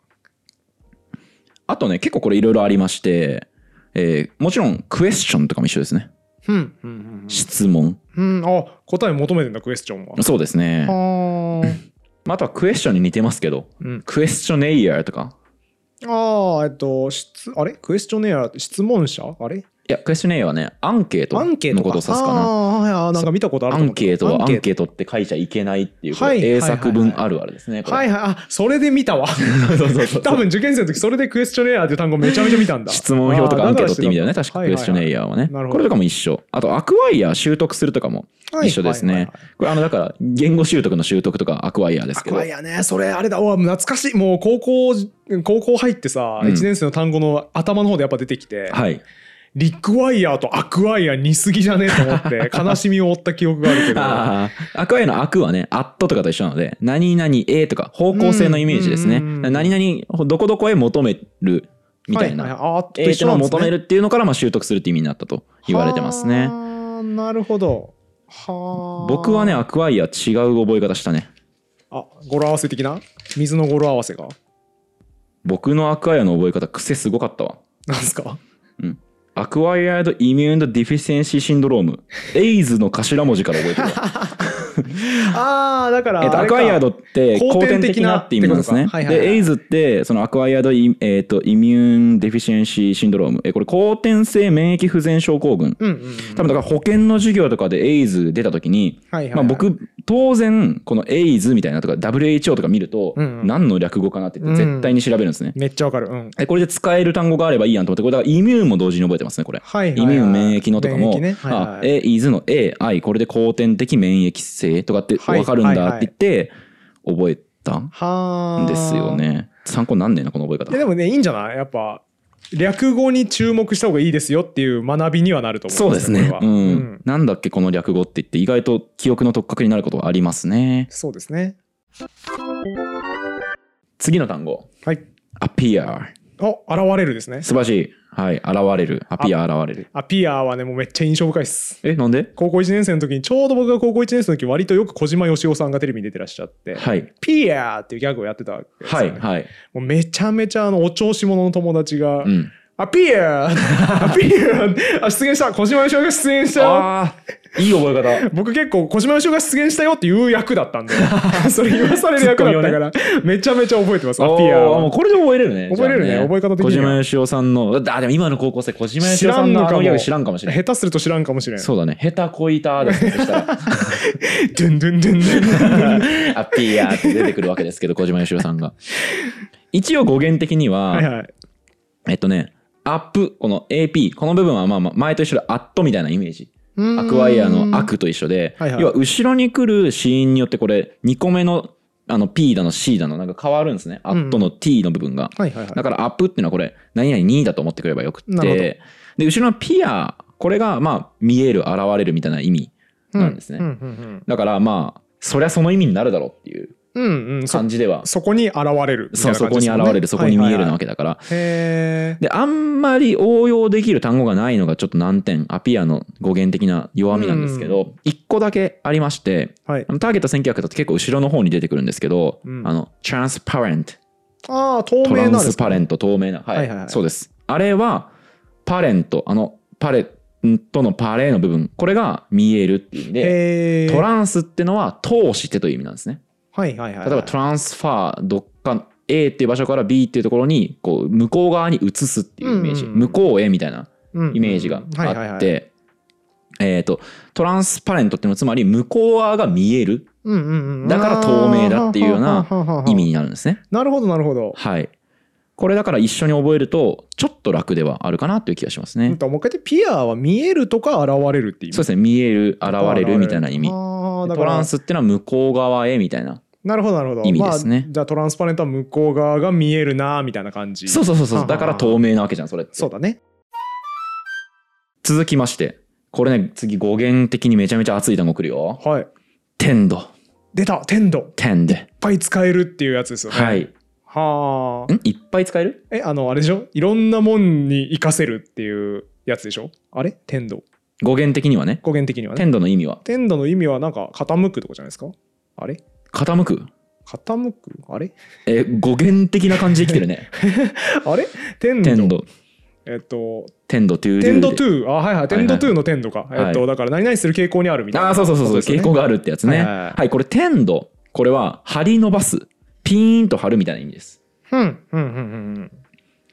[SPEAKER 1] あとね結構これいろいろありまして、えーもちろんクエスチョンとかも一緒ですね
[SPEAKER 2] うんうん
[SPEAKER 1] 質問
[SPEAKER 2] うん、うん、あ答え求めてんだクエスチョンは
[SPEAKER 1] そうですね
[SPEAKER 2] あー
[SPEAKER 1] まああとはクエスチョンに似てますけど
[SPEAKER 2] うん、
[SPEAKER 1] クエスチョネイヤーとか
[SPEAKER 2] あーえっと質あれクエスチョネア質問者あれ
[SPEAKER 1] いやクエスチョネイヤーはねアンケート
[SPEAKER 2] アンケート
[SPEAKER 1] のことを指すかな
[SPEAKER 2] あーはいあーなんか見たことある
[SPEAKER 1] ア
[SPEAKER 2] と思
[SPEAKER 1] ン
[SPEAKER 2] うけ
[SPEAKER 1] ケート
[SPEAKER 2] ど
[SPEAKER 1] はアンケートって書いちゃいけないっていう、これ
[SPEAKER 2] はい
[SPEAKER 1] 英作文あるあるですね。これ
[SPEAKER 2] はいはい、あそれで見たわ。
[SPEAKER 1] そうそうそう
[SPEAKER 2] 多分受験生の時それでクエスチョネアーっていう単語めちゃめちゃ見たんだ。
[SPEAKER 1] 質問票とかアンケートって意味だよね。確かクエスチョネイ
[SPEAKER 2] ア
[SPEAKER 1] ヤーはね。
[SPEAKER 2] なるほ
[SPEAKER 1] こ
[SPEAKER 2] ど
[SPEAKER 1] れとかも一緒。あと、アクワイヤー習得するとかも一緒ですね。これ、あの、だから、言語習得の習得とかアクワイヤーです
[SPEAKER 2] ア
[SPEAKER 1] け
[SPEAKER 2] ク
[SPEAKER 1] ど
[SPEAKER 2] ワ。イアね、それあれだ、うわ懐かしい。もう高校、高校入ってさ、
[SPEAKER 1] うん
[SPEAKER 2] 1年生の単語の頭の方でやっぱ出てきて、
[SPEAKER 1] はい。
[SPEAKER 2] リクワイアとアクワイア似すぎじゃねえと 思って、悲しみを負った記憶があるけど。
[SPEAKER 1] ああ、アクワイヤーのアクはね、アットとかと一緒なので、何々へとか、方向性のイメージですね。
[SPEAKER 2] うんうん
[SPEAKER 1] 何々、どこどこへ求めるみたい
[SPEAKER 2] はは
[SPEAKER 1] な。
[SPEAKER 2] はあーっと
[SPEAKER 1] えーって
[SPEAKER 2] 一緒
[SPEAKER 1] の
[SPEAKER 2] な
[SPEAKER 1] を
[SPEAKER 2] んです
[SPEAKER 1] 求
[SPEAKER 2] ね
[SPEAKER 1] めるっていうのから、まあ、習得するって意味になったと言われてますね。
[SPEAKER 2] はーなるほど。はあ
[SPEAKER 1] 僕はね、アクワイヤー違う覚え方したね。
[SPEAKER 2] あ、語呂合わせ的な水の語呂合わせが。
[SPEAKER 1] 僕のアクワイアの覚え方、癖すごかったわ。
[SPEAKER 2] なんす か
[SPEAKER 1] アクワイアード・イミューンド・ディフィシエンシー・シンドローム。エイズの頭文字から覚えてるわ
[SPEAKER 2] ああだから
[SPEAKER 1] えっと、
[SPEAKER 2] あ
[SPEAKER 1] ア
[SPEAKER 2] れか
[SPEAKER 1] クワイアードって
[SPEAKER 2] 後
[SPEAKER 1] 後
[SPEAKER 2] 天
[SPEAKER 1] 天
[SPEAKER 2] 的
[SPEAKER 1] 的
[SPEAKER 2] な
[SPEAKER 1] なっ
[SPEAKER 2] っ
[SPEAKER 1] てて
[SPEAKER 2] 意
[SPEAKER 1] 意
[SPEAKER 2] 味
[SPEAKER 1] 味なんん
[SPEAKER 2] なで
[SPEAKER 1] ですす
[SPEAKER 2] ね
[SPEAKER 1] ね。
[SPEAKER 2] はいはいはい
[SPEAKER 1] でエイズってそのアクワイアードイ,、えー、とイミューンデフィシエンシーシンドロームえこれ後天性免疫不全症候群
[SPEAKER 2] うんうんうん
[SPEAKER 1] 多分だから保険の授業とかでエイズ出た時に、
[SPEAKER 2] はいはいはい
[SPEAKER 1] まあ、僕当然このエイズみたいなとか WHO とか見ると
[SPEAKER 2] うんうん
[SPEAKER 1] 何の略語かなって言って絶対に調べるんですね。
[SPEAKER 2] めっちゃわかるうん
[SPEAKER 1] でこれで使える単語があればいいやんと思ってこれだからイミューンも同時に覚えてますねこれ。
[SPEAKER 2] はいはいはい
[SPEAKER 1] イミューン免疫のとか
[SPEAKER 2] 免疫
[SPEAKER 1] も、
[SPEAKER 2] ねはいはい
[SPEAKER 1] あ、え、イズの A、I、これで後天的免疫性とかって
[SPEAKER 2] はい
[SPEAKER 1] 分かるんだって言って、覚えたん
[SPEAKER 2] はあ
[SPEAKER 1] ですよね。参考になんねえな、この覚
[SPEAKER 2] いや
[SPEAKER 1] え
[SPEAKER 2] で
[SPEAKER 1] 方。
[SPEAKER 2] もねいいんじゃないやっぱ略語に注目した方がいいですよっていう学びにはなると思う
[SPEAKER 1] そうですね。
[SPEAKER 2] こ
[SPEAKER 1] う
[SPEAKER 2] れは
[SPEAKER 1] ん。
[SPEAKER 2] うん
[SPEAKER 1] なんだっけ、この略語って言って、意外と記憶の特覚になることはありますね。
[SPEAKER 2] そうですね
[SPEAKER 1] 次の単語。
[SPEAKER 2] はい
[SPEAKER 1] appear。
[SPEAKER 2] お現れるですね
[SPEAKER 1] 素晴らしい。はい。現れる。appear 現れる。
[SPEAKER 2] アピアはねもうめっちゃ印象深いっす
[SPEAKER 1] え、なんで
[SPEAKER 2] 高校1年生の時にちょうど僕が高校1年生の時割とよく小島よしおさんがテレビに出てらっしゃって、
[SPEAKER 1] はい。
[SPEAKER 2] ピアーっていうギャグをやってたわけですよ
[SPEAKER 1] は
[SPEAKER 2] ね
[SPEAKER 1] い。はい。
[SPEAKER 2] もうめちゃめちゃあのお調子者の友達が、
[SPEAKER 1] うん。
[SPEAKER 2] アピ アーアピアーあ出現した小島よしおが出現したよ
[SPEAKER 1] ああ、いい覚え方。
[SPEAKER 2] 僕結構小島よしおが出現したよっていう役だった んでそれ言わされる役だったから、めちゃめちゃ覚えてますアピアー
[SPEAKER 1] おーもう
[SPEAKER 2] は
[SPEAKER 1] これで覚えれるね。
[SPEAKER 2] 覚えれるね
[SPEAKER 1] じゃあ
[SPEAKER 2] 覚え方的には
[SPEAKER 1] 小島よしおさんの、あ、でも今の高校生、小島よしおさんのあのギャグ知らんかもし れない。
[SPEAKER 2] 下手すると知らんかもしれん
[SPEAKER 1] そうだね。下手こいたですね。そしたら、
[SPEAKER 2] ドゥンドゥンドゥンドゥ ン
[SPEAKER 1] アッピーやーって出てくるわけです けど、小島よしおさんが。一応語源的には、
[SPEAKER 2] はいはい
[SPEAKER 1] えっとね、アップ、この AP、この部分はまあまあ前と一緒でアットみたいなイメージ。アクワイアのアクと一緒で、
[SPEAKER 2] はいはい
[SPEAKER 1] 要は後ろに来る死因によってこれ2個目のあの P だの C だのなんか変わるんですね。アットの T の部分が。
[SPEAKER 2] はいはいはい
[SPEAKER 1] だからアップっていうのはこれ何々2だと思ってくればよくっ
[SPEAKER 2] なるほど
[SPEAKER 1] てで後ろのピアこれがまあ見える現れるみたいな意味なんですね、
[SPEAKER 2] うんうん
[SPEAKER 1] だからまあそりゃその意味になるだろうっていう
[SPEAKER 2] うんうんうんそ
[SPEAKER 1] 感じでは
[SPEAKER 2] そこに現れるみた
[SPEAKER 1] そ
[SPEAKER 2] いうな
[SPEAKER 1] そ
[SPEAKER 2] 感
[SPEAKER 1] こ
[SPEAKER 2] じです
[SPEAKER 1] に
[SPEAKER 2] もんね
[SPEAKER 1] 現れるそこに見えるな
[SPEAKER 2] は
[SPEAKER 1] わ
[SPEAKER 2] い
[SPEAKER 1] けだから
[SPEAKER 2] はいはいへえ
[SPEAKER 1] であんまり応用できる単語がないのがちょっと難点アピアの語源的な弱みなんですけど1個だけありまして
[SPEAKER 2] はい
[SPEAKER 1] あのターゲット1900だと結構後ろの方に出てくるんですけど、
[SPEAKER 2] うん
[SPEAKER 1] あのトランスパレント
[SPEAKER 2] ああ透
[SPEAKER 1] ト
[SPEAKER 2] 明
[SPEAKER 1] ラン
[SPEAKER 2] なんで
[SPEAKER 1] ス
[SPEAKER 2] すか
[SPEAKER 1] パレント透明なはい、
[SPEAKER 2] はいはいはい
[SPEAKER 1] そうですあれはパレントあのパレントのパレの部分これが見えるっていう意味で
[SPEAKER 2] へえ
[SPEAKER 1] トランスってのは通してという意味なんですね
[SPEAKER 2] はいはいはいは
[SPEAKER 1] 例
[SPEAKER 2] い
[SPEAKER 1] えばトランスファーどっか A っていう場所から B っていうところにこう向こう側に移すっていうイメージ、
[SPEAKER 2] うんうんうん
[SPEAKER 1] 向こうへみたいなイメージが
[SPEAKER 2] うんはいはい
[SPEAKER 1] あ
[SPEAKER 2] は
[SPEAKER 1] っ
[SPEAKER 2] い
[SPEAKER 1] てえーとトランスパレントっていうのはつまり向こう側が見える
[SPEAKER 2] うんうんうん
[SPEAKER 1] だから透明だっていうような
[SPEAKER 2] あーはははは
[SPEAKER 1] 意味になるんですね
[SPEAKER 2] なるほどなるほど、
[SPEAKER 1] はい。これだから一緒に覚えると、ちょっと楽ではあるかなという気がします
[SPEAKER 2] うん
[SPEAKER 1] ね。
[SPEAKER 2] ともう一回言ってピアは見えるとか現れるっていう
[SPEAKER 1] そうですね、見える、現れるみたいな意味。
[SPEAKER 2] ああだか
[SPEAKER 1] ト
[SPEAKER 2] ら
[SPEAKER 1] ランスってのは向こう側へみたいな。
[SPEAKER 2] なるほどなるほど
[SPEAKER 1] 意味ですね
[SPEAKER 2] まあ、じゃあトランスパレントは向こう側が見えるなみたいな感じ
[SPEAKER 1] そううそうそうそ
[SPEAKER 2] は
[SPEAKER 1] う。
[SPEAKER 2] はは
[SPEAKER 1] だから透明なわけじゃん、それって。
[SPEAKER 2] そうだね
[SPEAKER 1] 続きまして、これね、次語源的にめちゃめちゃ熱い単語くるよ。
[SPEAKER 2] はい
[SPEAKER 1] テンド、
[SPEAKER 2] 出た天度いっ
[SPEAKER 1] テンデ。
[SPEAKER 2] ぱい使えるっていうやつですよね
[SPEAKER 1] はい。ん
[SPEAKER 2] はあ
[SPEAKER 1] いっぱい使える
[SPEAKER 2] えあのあれでしょいろんなもんに活かせるっていうやつでしょあれ天道
[SPEAKER 1] 語源的にはね。
[SPEAKER 2] 語源的には
[SPEAKER 1] テ
[SPEAKER 2] ね
[SPEAKER 1] ンドの意味は、
[SPEAKER 2] 天道の意味はなんか傾くとかじゃないですかあれ
[SPEAKER 1] 傾く。
[SPEAKER 2] 傾くあれ
[SPEAKER 1] え、語源的な感じできてる ね。
[SPEAKER 2] あれ天
[SPEAKER 1] テン
[SPEAKER 2] 道
[SPEAKER 1] ド、
[SPEAKER 2] えっと
[SPEAKER 1] テンドトゥードゥ
[SPEAKER 2] 天道
[SPEAKER 1] ーで
[SPEAKER 2] トゥーあはいはい天道トゥーの天道か、
[SPEAKER 1] はい
[SPEAKER 2] えっとだから何々する傾向にあるみたいな
[SPEAKER 1] ああ、そうそうそうそう、
[SPEAKER 2] ことですよ
[SPEAKER 1] 傾
[SPEAKER 2] ね
[SPEAKER 1] 向があるってやつね。
[SPEAKER 2] は
[SPEAKER 1] はいい
[SPEAKER 2] はいはい
[SPEAKER 1] これ、テンド。これは、張り伸ばす。ピーンと張るみたいな意味です。
[SPEAKER 2] うんうんうんうんうん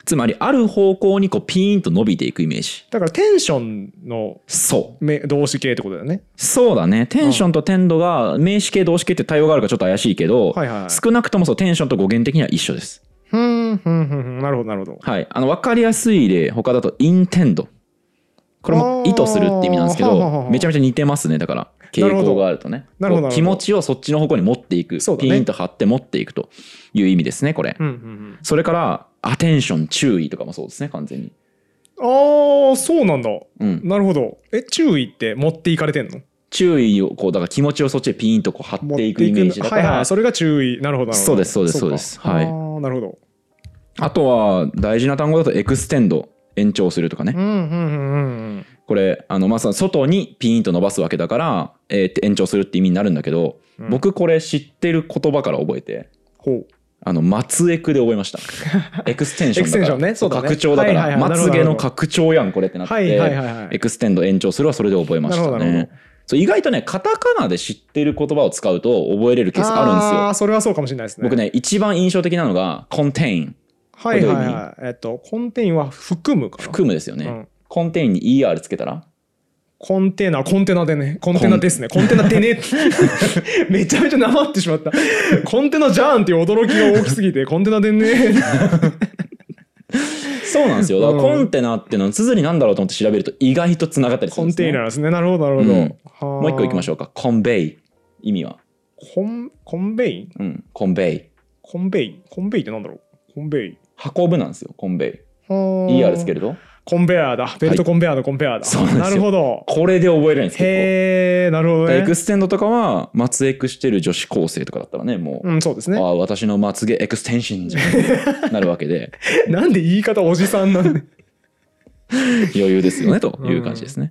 [SPEAKER 1] つまり、ある方向にこう、ピーンと伸びていくイメージ。
[SPEAKER 2] だからテンションの
[SPEAKER 1] そう。
[SPEAKER 2] め動詞形ってことだよね
[SPEAKER 1] そうだね。テンションとテンドが、名詞形、動詞形って対応があるかちょっと怪しいけど、
[SPEAKER 2] はいはいはい
[SPEAKER 1] 少なくともそう、テンションと語源的には一緒です。
[SPEAKER 2] ふんふんふんふんなるほどなるほど
[SPEAKER 1] はい。あの、わかりやすい例、他だと、インテンド。これも
[SPEAKER 2] あー
[SPEAKER 1] 意図するって意味なんですけ
[SPEAKER 2] ははは
[SPEAKER 1] ど
[SPEAKER 2] は、
[SPEAKER 1] めちゃめちゃ似てますね。だから、
[SPEAKER 2] な
[SPEAKER 1] 傾
[SPEAKER 2] るほど
[SPEAKER 1] 向があるとね。
[SPEAKER 2] なるほ
[SPEAKER 1] こ
[SPEAKER 2] ど
[SPEAKER 1] う
[SPEAKER 2] なるほど
[SPEAKER 1] 気持ちをそっちの方向に持っていく。
[SPEAKER 2] そうだね
[SPEAKER 1] ピーンと張って持っていくという意味ですね、これ。
[SPEAKER 2] うんうん
[SPEAKER 1] それから、アテンション、注意とかもそうですね、完全に。
[SPEAKER 2] うんああそうなんだ
[SPEAKER 1] うん。
[SPEAKER 2] なるほどえ注意って持っていかれてんの
[SPEAKER 1] 注意を、こう、だから気持ちをそっちへピーンとこう張
[SPEAKER 2] 持
[SPEAKER 1] っていくイメージだか
[SPEAKER 2] はいは
[SPEAKER 1] ら
[SPEAKER 2] い、、それが注意なるほどなるほ
[SPEAKER 1] そう
[SPEAKER 2] ど
[SPEAKER 1] ですそうですそうです
[SPEAKER 2] か
[SPEAKER 1] はい
[SPEAKER 2] あーなるほど
[SPEAKER 1] あとは、大事な単語だと、エクステンド、延長するとかね
[SPEAKER 2] う。んうんうんうん
[SPEAKER 1] これ、あの、まさに外にピーンと伸ばすわけだから、えー延長するって意味になるんだけど、
[SPEAKER 2] うん
[SPEAKER 1] 僕これ知ってる言葉から覚えて、
[SPEAKER 2] ほう
[SPEAKER 1] あの、松エクで覚えま した。エクステンションだから。
[SPEAKER 2] エクステンションねそうだね
[SPEAKER 1] 拡張だか
[SPEAKER 2] はいはい
[SPEAKER 1] ら、
[SPEAKER 2] はいなる
[SPEAKER 1] ま
[SPEAKER 2] ほど
[SPEAKER 1] つげの拡張やん、これってなって。
[SPEAKER 2] はいはいはいはい
[SPEAKER 1] エクステンド延長するはそれで覚えました
[SPEAKER 2] なるほどなる
[SPEAKER 1] ね
[SPEAKER 2] ほ。
[SPEAKER 1] そう意外とね、カタカナで知ってる言葉を使うと覚えれるケースあるんですよ。
[SPEAKER 2] あーそれはそうかもしれないですね。
[SPEAKER 1] 僕ね、一番印象的なのが、contain、
[SPEAKER 2] はいはい
[SPEAKER 1] これどういう
[SPEAKER 2] はい。えっと、コンテインは含むかな。
[SPEAKER 1] 含むですよね。
[SPEAKER 2] うん
[SPEAKER 1] contain に ER つけたら
[SPEAKER 2] コンテナ、コンテナでね。コンテナですね。コンテナでね。 めちゃめちゃなまってしまった。コンテナじゃんっていう驚きが大きすぎて、コンテナでね。
[SPEAKER 1] そうなんですよ。だから
[SPEAKER 2] うん
[SPEAKER 1] コンテナってのは、綴りなんだろうと思って調べると意外と繋がったりす
[SPEAKER 2] コ
[SPEAKER 1] るん
[SPEAKER 2] ン
[SPEAKER 1] です、ね。
[SPEAKER 2] テイナーですね。なるほど、なるほど。
[SPEAKER 1] うんもう一個行きまし
[SPEAKER 2] ょう。
[SPEAKER 1] ょうか。convey。意味は。
[SPEAKER 2] コン、コンベイン
[SPEAKER 1] うん。convey。
[SPEAKER 2] コンベインコンベインってなんだろうコンベイン。
[SPEAKER 1] 運ぶなんですよ、convey。
[SPEAKER 2] はあ
[SPEAKER 1] ER つけると。
[SPEAKER 2] コンベアーだ。ベルトコンベアーのコンベアーだ。
[SPEAKER 1] そうなんですよ
[SPEAKER 2] なるほど。
[SPEAKER 1] これで覚えるんですけ
[SPEAKER 2] へえ、なるほど
[SPEAKER 1] ど。
[SPEAKER 2] ね
[SPEAKER 1] エク。ステンドとかは、まつエクしてる女子高生とかだったらね、もう、
[SPEAKER 2] うん、そうですね
[SPEAKER 1] あ。あ、私のまつげエクステンションじ ゃんなるわけで、
[SPEAKER 2] なんで言い方おじさんなん で。
[SPEAKER 1] 余裕ですよね、という感じですね。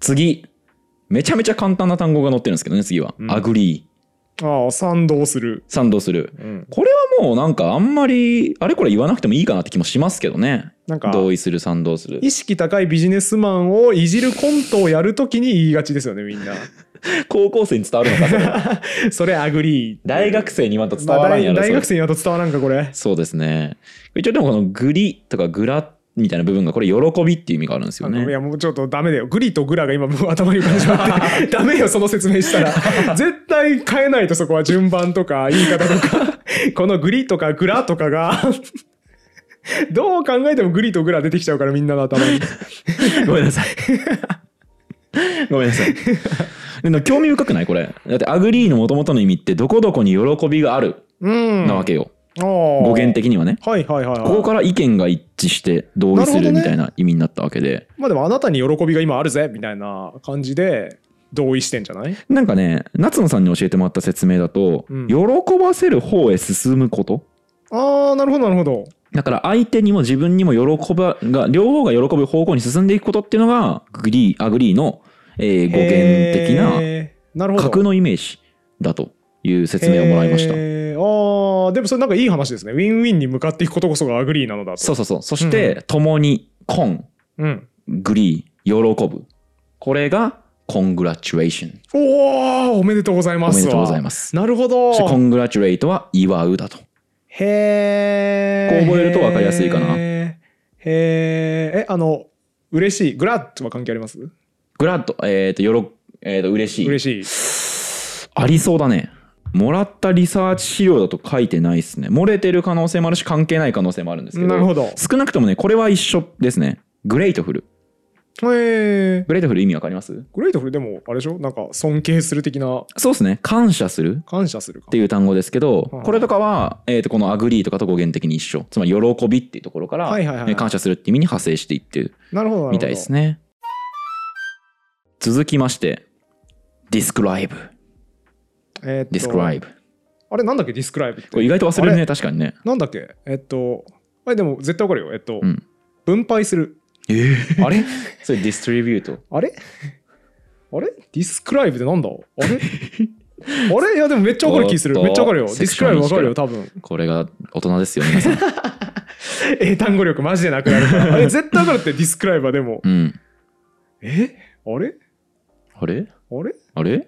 [SPEAKER 1] 次、めちゃめちゃ簡単な単語が載ってるんですけどね、次は。
[SPEAKER 2] うん
[SPEAKER 1] アグリー、
[SPEAKER 2] ああ、賛同する。
[SPEAKER 1] 賛同する。
[SPEAKER 2] うん、
[SPEAKER 1] これはもうなんかあんまりあれこれ言わなくてもいいかなって気もしますけどね
[SPEAKER 2] なんか、
[SPEAKER 1] 同意する賛同する
[SPEAKER 2] 意識高いビジネスマンをいじるコントをやるときに言いがちですよね、みん な。
[SPEAKER 1] 高校生に伝わるのかそれ
[SPEAKER 2] それアグリー。
[SPEAKER 1] 大学生に今と伝
[SPEAKER 2] まあ
[SPEAKER 1] わらんやろ
[SPEAKER 2] 大
[SPEAKER 1] そ
[SPEAKER 2] 大
[SPEAKER 1] れ
[SPEAKER 2] 学生にはと伝わらんか、これ。
[SPEAKER 1] そうですね一応でもこのグリとかグラみたいな部分がこれ喜びっていう意味があるんですよ
[SPEAKER 2] あのい
[SPEAKER 1] ね
[SPEAKER 2] やもうちょっとダメだよグリとグラが今もう頭に浮かんでしま ってダメよその説明したら絶対変えないとそこは順番とか言い方とかこのグリとかグラとかが どう考えてもグリとグラ出てきちゃうからみんなの頭に
[SPEAKER 1] ごめんな さいごめんなさいでも興味深くないこれだってアグリーの元々の意味ってどこどこに喜びがある
[SPEAKER 2] うん
[SPEAKER 1] なわけよ、
[SPEAKER 2] 語
[SPEAKER 1] 語源的にはね
[SPEAKER 2] はいはいはい、はい、
[SPEAKER 1] ここから意見が一致して同意するみたいな意味になったわけで
[SPEAKER 2] まあでもあなたに喜びが今あるぜみたいな感じで同意してんじゃない
[SPEAKER 1] なんかね、夏野さんに教えてもらった説明だと、
[SPEAKER 2] うん
[SPEAKER 1] 喜ばせる方へ進むこと。
[SPEAKER 2] ああなるほどなるほど
[SPEAKER 1] だから相手にも自分にも喜ばが、両方が喜ぶ方向に進んでいくことっていうのが、グリー、アグリーの、えー語源的
[SPEAKER 2] へーなるほ
[SPEAKER 1] な
[SPEAKER 2] ど
[SPEAKER 1] 格のイメージだという説明をもらいました。
[SPEAKER 2] へーああでもそれなんかいい話ですねウィンウィンに向かっていくことこそがアグリーなのだと
[SPEAKER 1] そうそうそう。そし
[SPEAKER 2] う
[SPEAKER 1] て、共に、コン、
[SPEAKER 2] うん、
[SPEAKER 1] グリー、喜ぶ。これが、コングラチュエーション。
[SPEAKER 2] おおおめでとうございま
[SPEAKER 1] お
[SPEAKER 2] す
[SPEAKER 1] めでとうござい
[SPEAKER 2] す
[SPEAKER 1] ます。
[SPEAKER 2] なるほ
[SPEAKER 1] そ
[SPEAKER 2] ど
[SPEAKER 1] して、コングラチュレートは祝うだと。
[SPEAKER 2] へ
[SPEAKER 1] こ
[SPEAKER 2] え
[SPEAKER 1] う覚えるとわかりやすいかな
[SPEAKER 2] へーえあの嬉しいグラッとは関係あります
[SPEAKER 1] グラッド、えっ、と、よろ、えっ、と、嬉しい。
[SPEAKER 2] 嬉しい
[SPEAKER 1] ありそうだね。もらったリサーチ資料だと書いてないですね。漏れてる可能性もあるし、関係ない可能性もあるんですけど。
[SPEAKER 2] なるほどへ
[SPEAKER 1] 少なくともね、これは一緒ですね。グレートフル。
[SPEAKER 2] え
[SPEAKER 1] グレートフル意味わかります
[SPEAKER 2] グレートフルでもあれでしょなんか尊敬する的な
[SPEAKER 1] そうですね。感謝するっ
[SPEAKER 2] 感謝するか
[SPEAKER 1] ていう単語ですけど、
[SPEAKER 2] うん
[SPEAKER 1] これとかは、えっ、と、このアグリーとかと語源的に一緒。つまり、喜びっていうところから、
[SPEAKER 2] はいはいはい
[SPEAKER 1] え感謝するって意味に派生していってる
[SPEAKER 2] なるほどなるほど
[SPEAKER 1] みたいですね。続きまして、describe。
[SPEAKER 2] えーっと
[SPEAKER 1] describe。
[SPEAKER 2] あれなんだっけディスクライブって
[SPEAKER 1] これ意外と忘れる
[SPEAKER 2] あ
[SPEAKER 1] ね、確かにね。
[SPEAKER 2] なんだっけえっとあれでも絶対わかるよえっと、
[SPEAKER 1] うん
[SPEAKER 2] 分配する
[SPEAKER 1] えあれそれディストリビュート。
[SPEAKER 2] あれあれディスクライブってなんだ あれあれいやでもめっちゃわかる気する
[SPEAKER 1] おっと
[SPEAKER 2] めっちゃわかるよデ
[SPEAKER 1] セク
[SPEAKER 2] ィス
[SPEAKER 1] シ
[SPEAKER 2] ク
[SPEAKER 1] ョ
[SPEAKER 2] ラ
[SPEAKER 1] ン
[SPEAKER 2] イブ
[SPEAKER 1] に
[SPEAKER 2] わ
[SPEAKER 1] しか
[SPEAKER 2] かるよ多分
[SPEAKER 1] これが大人ですよ、皆さん。
[SPEAKER 2] 英単語力マジでなくな るからあれ絶対わかるってディスクライブはでも
[SPEAKER 1] うん。
[SPEAKER 2] えあれ
[SPEAKER 1] あれ
[SPEAKER 2] あれ
[SPEAKER 1] あれ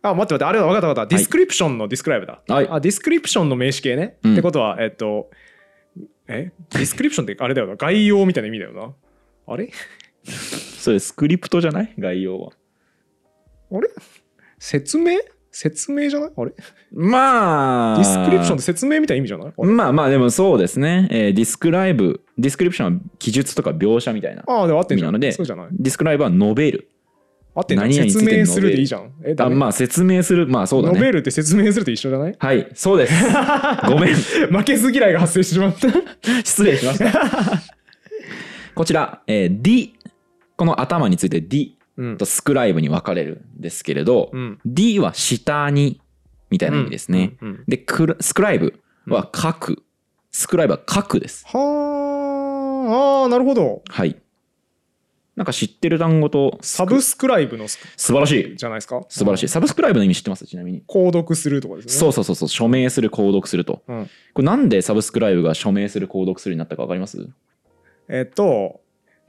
[SPEAKER 2] あ待って待ってあれだわかったわかったディスクリプションのディスクライブだ、
[SPEAKER 1] はい
[SPEAKER 2] あディスクリプションの名詞形ね、
[SPEAKER 1] うん
[SPEAKER 2] ってことはえっとえディスクリプションってあれだよな概要みたいな意味だよなあれ
[SPEAKER 1] それスクリプトじゃない概要は。
[SPEAKER 2] あれ説明説明じゃないあれデ
[SPEAKER 1] まあ、
[SPEAKER 2] ィスクリプションって説明みたいな意味じゃないあれ
[SPEAKER 1] まあまあ、でもそうですね。えーディスクライブ、ディスクリプションは記述とか描写みたいな。
[SPEAKER 2] ああ、でも合ってんじゃ
[SPEAKER 1] 意味なの
[SPEAKER 2] ん。
[SPEAKER 1] で
[SPEAKER 2] そうじゃない。
[SPEAKER 1] ディスクライブは述べる。
[SPEAKER 2] 合ってんじゃん。
[SPEAKER 1] 何々につい
[SPEAKER 2] 説
[SPEAKER 1] て
[SPEAKER 2] 明するでいいじゃん。え、
[SPEAKER 1] あ
[SPEAKER 2] だ
[SPEAKER 1] まあ、説明する。まあそうだ
[SPEAKER 2] ノベ
[SPEAKER 1] ね。
[SPEAKER 2] ルって説明すると一緒じゃない
[SPEAKER 1] はい、そう です。ごめん。
[SPEAKER 2] 負けず嫌いが発生してしまった。
[SPEAKER 1] 失礼しま した。こちら、えー、D。この頭について D
[SPEAKER 2] うん
[SPEAKER 1] と。スクライブに分かれるんですけれど、
[SPEAKER 2] うん
[SPEAKER 1] D は下にみたいな意味ですね。。
[SPEAKER 2] うんうん
[SPEAKER 1] でクラスクライブは書く、スクライブは書くです
[SPEAKER 2] はあ、あーなるほど。
[SPEAKER 1] はいなんか知ってる単語と
[SPEAKER 2] サブスクライブのスク
[SPEAKER 1] 素晴らしい
[SPEAKER 2] じゃないですか。
[SPEAKER 1] 素晴らしいサブスクライブの意味知ってますちなみに
[SPEAKER 2] 購読するとかですね。
[SPEAKER 1] そうそうそうそう署名する購読すると、
[SPEAKER 2] うん
[SPEAKER 1] これなんでサブスクライブが署名する購読するになったか分かります
[SPEAKER 2] えっと、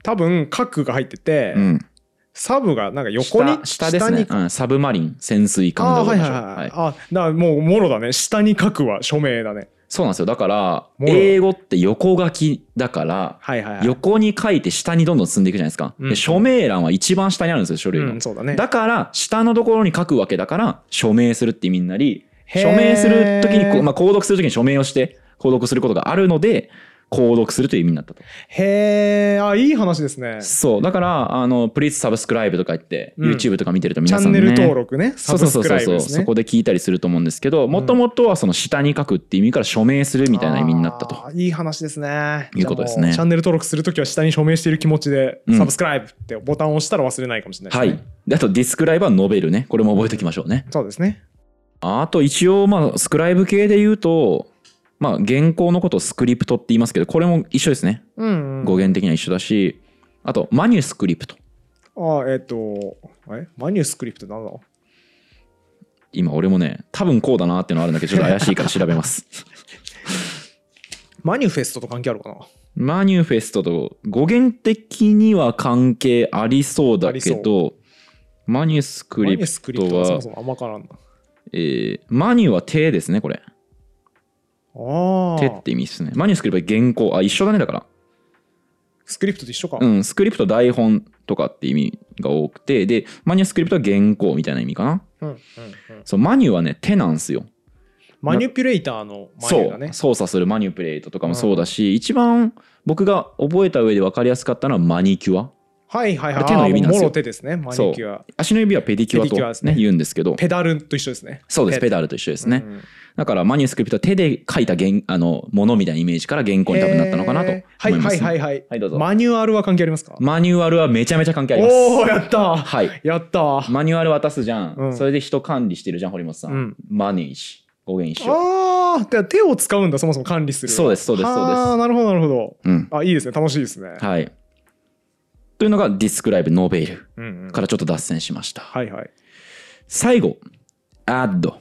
[SPEAKER 2] 多分、核が入ってて、
[SPEAKER 1] ん
[SPEAKER 2] サブがなんか横に
[SPEAKER 1] 下下ですね
[SPEAKER 2] に
[SPEAKER 1] うん、サブマリン潜水艦
[SPEAKER 2] あ
[SPEAKER 1] で
[SPEAKER 2] あー
[SPEAKER 1] ござ
[SPEAKER 2] はい
[SPEAKER 1] ま
[SPEAKER 2] いはい
[SPEAKER 1] しょう
[SPEAKER 2] はい、
[SPEAKER 1] はい
[SPEAKER 2] あだからもうもろだね下に書くは署名だね
[SPEAKER 1] そうなんですよだから
[SPEAKER 2] もろ
[SPEAKER 1] 英語って横書きだから
[SPEAKER 2] はいはいはい
[SPEAKER 1] 横に書いて下にどんどん進んでいくじゃないですか、
[SPEAKER 2] うん
[SPEAKER 1] で署名欄は一番下にあるんですよ書類の、
[SPEAKER 2] うん、そうだね
[SPEAKER 1] だから下のところに書くわけだから署名するって意味になり
[SPEAKER 2] へー
[SPEAKER 1] 署名するときにこう、まあ、購読するときに署名をして購読することがあるので購読するという意味になったと
[SPEAKER 2] へえあいい話ですね
[SPEAKER 1] そうだからあのプリーズサブスクライブとか言って、
[SPEAKER 2] うん
[SPEAKER 1] YouTube とか見てると
[SPEAKER 2] チ
[SPEAKER 1] 皆
[SPEAKER 2] ャ
[SPEAKER 1] さ
[SPEAKER 2] ン
[SPEAKER 1] ん、ね、
[SPEAKER 2] ネル登録ね
[SPEAKER 1] そ
[SPEAKER 2] サ
[SPEAKER 1] うそ
[SPEAKER 2] ブ
[SPEAKER 1] うそ
[SPEAKER 2] ス
[SPEAKER 1] う
[SPEAKER 2] ク
[SPEAKER 1] そう
[SPEAKER 2] ライブ
[SPEAKER 1] そ
[SPEAKER 2] で
[SPEAKER 1] う
[SPEAKER 2] す
[SPEAKER 1] そ
[SPEAKER 2] ね
[SPEAKER 1] こで聞いたりすると思うんですけどもともとはその下に書くっていう意味から署名するみたいな意味になったと、
[SPEAKER 2] あーいい話ですね
[SPEAKER 1] いうことですね
[SPEAKER 2] じゃあもうチャンネル登録するときは下に署名している気持ちで、
[SPEAKER 1] うん
[SPEAKER 2] サブスクライブってボタンを押したら忘れないかもしれない
[SPEAKER 1] は
[SPEAKER 2] ですね
[SPEAKER 1] いであとディスクライブはノベルねこれも覚えておきましょうね
[SPEAKER 2] そうですね
[SPEAKER 1] あと一応まあスクライブ系で言うとまあ原稿のことをスクリプトって言いますけどこれも一緒ですね
[SPEAKER 2] うん、
[SPEAKER 1] 語源的には一緒だしあとマニュスクリプト
[SPEAKER 2] あえっ、とえマニュースクリプトなんだろう
[SPEAKER 1] 今俺もね多分こうだなっていうのあるんだけどちょっと怪しいから調べます
[SPEAKER 2] マニュフェストと関係あるかな
[SPEAKER 1] マニュフェストと語源的には関係ありそうだけ
[SPEAKER 2] あり
[SPEAKER 1] どマニュスク
[SPEAKER 2] マ
[SPEAKER 1] リ
[SPEAKER 2] ニュー
[SPEAKER 1] プ
[SPEAKER 2] スクリプ
[SPEAKER 1] ト
[SPEAKER 2] トはそ
[SPEAKER 1] は
[SPEAKER 2] もそもあんまわからんな
[SPEAKER 1] えーマニュは手ですねこれ
[SPEAKER 2] あ
[SPEAKER 1] 手っ
[SPEAKER 2] あ
[SPEAKER 1] て意味ですねマニュスクリプトは原稿あ一緒だねだから
[SPEAKER 2] スクリプトと一緒か、
[SPEAKER 1] うん、スクリプト台本とかって意味が多くて、で、マニュスクリプトは原稿みたいな意味かな。
[SPEAKER 2] うんうんうん
[SPEAKER 1] そう、マニュはね、手なんすよ。
[SPEAKER 2] マニュピュレーターのマニ
[SPEAKER 1] そ
[SPEAKER 2] ュだ
[SPEAKER 1] う、
[SPEAKER 2] ね
[SPEAKER 1] 操作するマニュプレートとかもそうだし、一番僕が覚えた上で分かりやすかったのはマニキュア。
[SPEAKER 2] はいはいはい
[SPEAKER 1] 手の指なん
[SPEAKER 2] あー
[SPEAKER 1] ですよ
[SPEAKER 2] もろ手ですねマニキュア
[SPEAKER 1] 足の指はペディキュ
[SPEAKER 2] ペディキュア
[SPEAKER 1] ア
[SPEAKER 2] で
[SPEAKER 1] と、
[SPEAKER 2] すね
[SPEAKER 1] ね言うんですけど、
[SPEAKER 2] ペダルと一緒ですね
[SPEAKER 1] そうです、ペ
[SPEAKER 2] ダ
[SPEAKER 1] ダルと一緒で
[SPEAKER 2] ル
[SPEAKER 1] すね。だからマニュスクリプトは手で書いた原あのものみたいなイメージから原稿に多分なったのかなと思い
[SPEAKER 2] はい
[SPEAKER 1] ます、
[SPEAKER 2] はい
[SPEAKER 1] ね
[SPEAKER 2] はいはい
[SPEAKER 1] はいどうぞ
[SPEAKER 2] マニュアルは関係ありますか
[SPEAKER 1] マニュアルはめちゃめちゃ関係あります。
[SPEAKER 2] おおやった
[SPEAKER 1] はい。
[SPEAKER 2] やったあ
[SPEAKER 1] マニュアル渡すじゃん、
[SPEAKER 2] うん
[SPEAKER 1] それで人管理してるじゃん堀本さん、
[SPEAKER 2] うん
[SPEAKER 1] マネージ語源一緒
[SPEAKER 2] あーだから手を使うんだそもそも管理する
[SPEAKER 1] そうですそうですそうです
[SPEAKER 2] ああなるほどなるほど
[SPEAKER 1] うん
[SPEAKER 2] あいいですね楽しいですね
[SPEAKER 1] はいというのがディスクライブノベル
[SPEAKER 2] うんうん
[SPEAKER 1] からちょっと脱線しました、
[SPEAKER 2] はいはい
[SPEAKER 1] 最後 add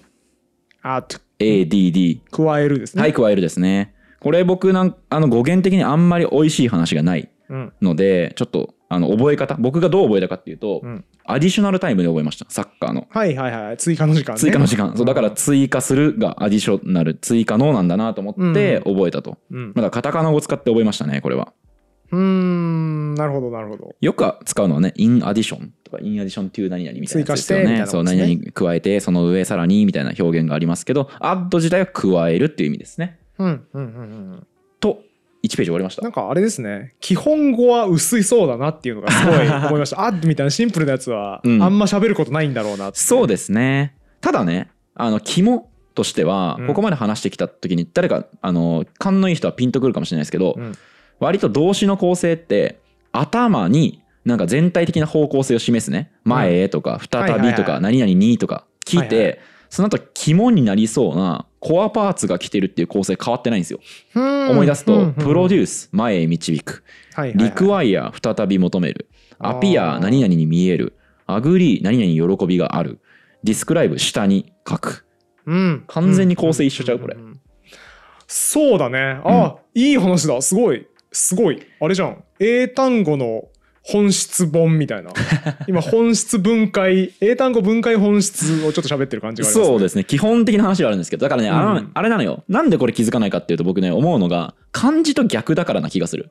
[SPEAKER 2] あと
[SPEAKER 1] add
[SPEAKER 2] 加えるですね
[SPEAKER 1] はい加えるですねこれ僕なんあの語源的にあんまり美味しい話がない
[SPEAKER 2] うん
[SPEAKER 1] のでちょっとあの覚え方僕がどう覚えたかっていうと、
[SPEAKER 2] うん
[SPEAKER 1] アディショナルタイムで覚えましたサッカーの
[SPEAKER 2] はいはいはい追加の時間ね
[SPEAKER 1] 追加の時間、そうだから
[SPEAKER 2] ん
[SPEAKER 1] 追加するがアディショナル追加のなんだなと思って覚えたと、
[SPEAKER 2] うん
[SPEAKER 1] まだカタカナを使って覚えましたね、これは。
[SPEAKER 2] うーんなるほどなるほど
[SPEAKER 1] よく使うのはね、in addition とか in addition to 何々みたいなやつですよ
[SPEAKER 2] 追加してみたい
[SPEAKER 1] ね。
[SPEAKER 2] なこと
[SPEAKER 1] そう、
[SPEAKER 2] ですね
[SPEAKER 1] 何々加えて、その上さらにみたいな表現がありますけど、add 自体は加えるっていう意味ですね。
[SPEAKER 2] うんうんうんうん
[SPEAKER 1] と、1ページ終わりました
[SPEAKER 2] な。んかあれですね基本語は薄いそうだなっていうのがすごい思いまし たあみたいなシンプルなやつはあ
[SPEAKER 1] うん
[SPEAKER 2] んま喋ることないんだろうなって
[SPEAKER 1] そうですね。ただね、あの、肝としては
[SPEAKER 2] う、ん
[SPEAKER 1] ここまで話してきた時に、誰か、あの、勘のいい人はピンとくるかもしれないですけど、
[SPEAKER 2] うん
[SPEAKER 1] 割と動詞の構成って、頭に、なんか全体的な方向性を示すね。前へとか、
[SPEAKER 2] はい
[SPEAKER 1] 再
[SPEAKER 2] はい
[SPEAKER 1] び
[SPEAKER 2] はい
[SPEAKER 1] とか、何々にとか聞い
[SPEAKER 2] はいは
[SPEAKER 1] て、その後、肝になりそうなコアパーツが来てるっていう構成変わってないんですよ。思い出すと、プロデュース、前へ導く。リク
[SPEAKER 2] は
[SPEAKER 1] ワイア再び求める
[SPEAKER 2] あー
[SPEAKER 1] アピア何々に見えるアグリー何々に喜びがあるディスクライブ下に書く完全に構成一緒ちゃうこれ
[SPEAKER 2] そうだねあいい話だすごいすごいあれじゃん英単語の本質本み たいな今本質分解英単語分解本質をちょっと喋ってる感じがありますね
[SPEAKER 1] そうですね基本的な話はあるんですけどだからね、あの
[SPEAKER 2] うん
[SPEAKER 1] あれなのよなんでこれ気づかないかっていうと僕ね思うのが漢字と逆だからな気がする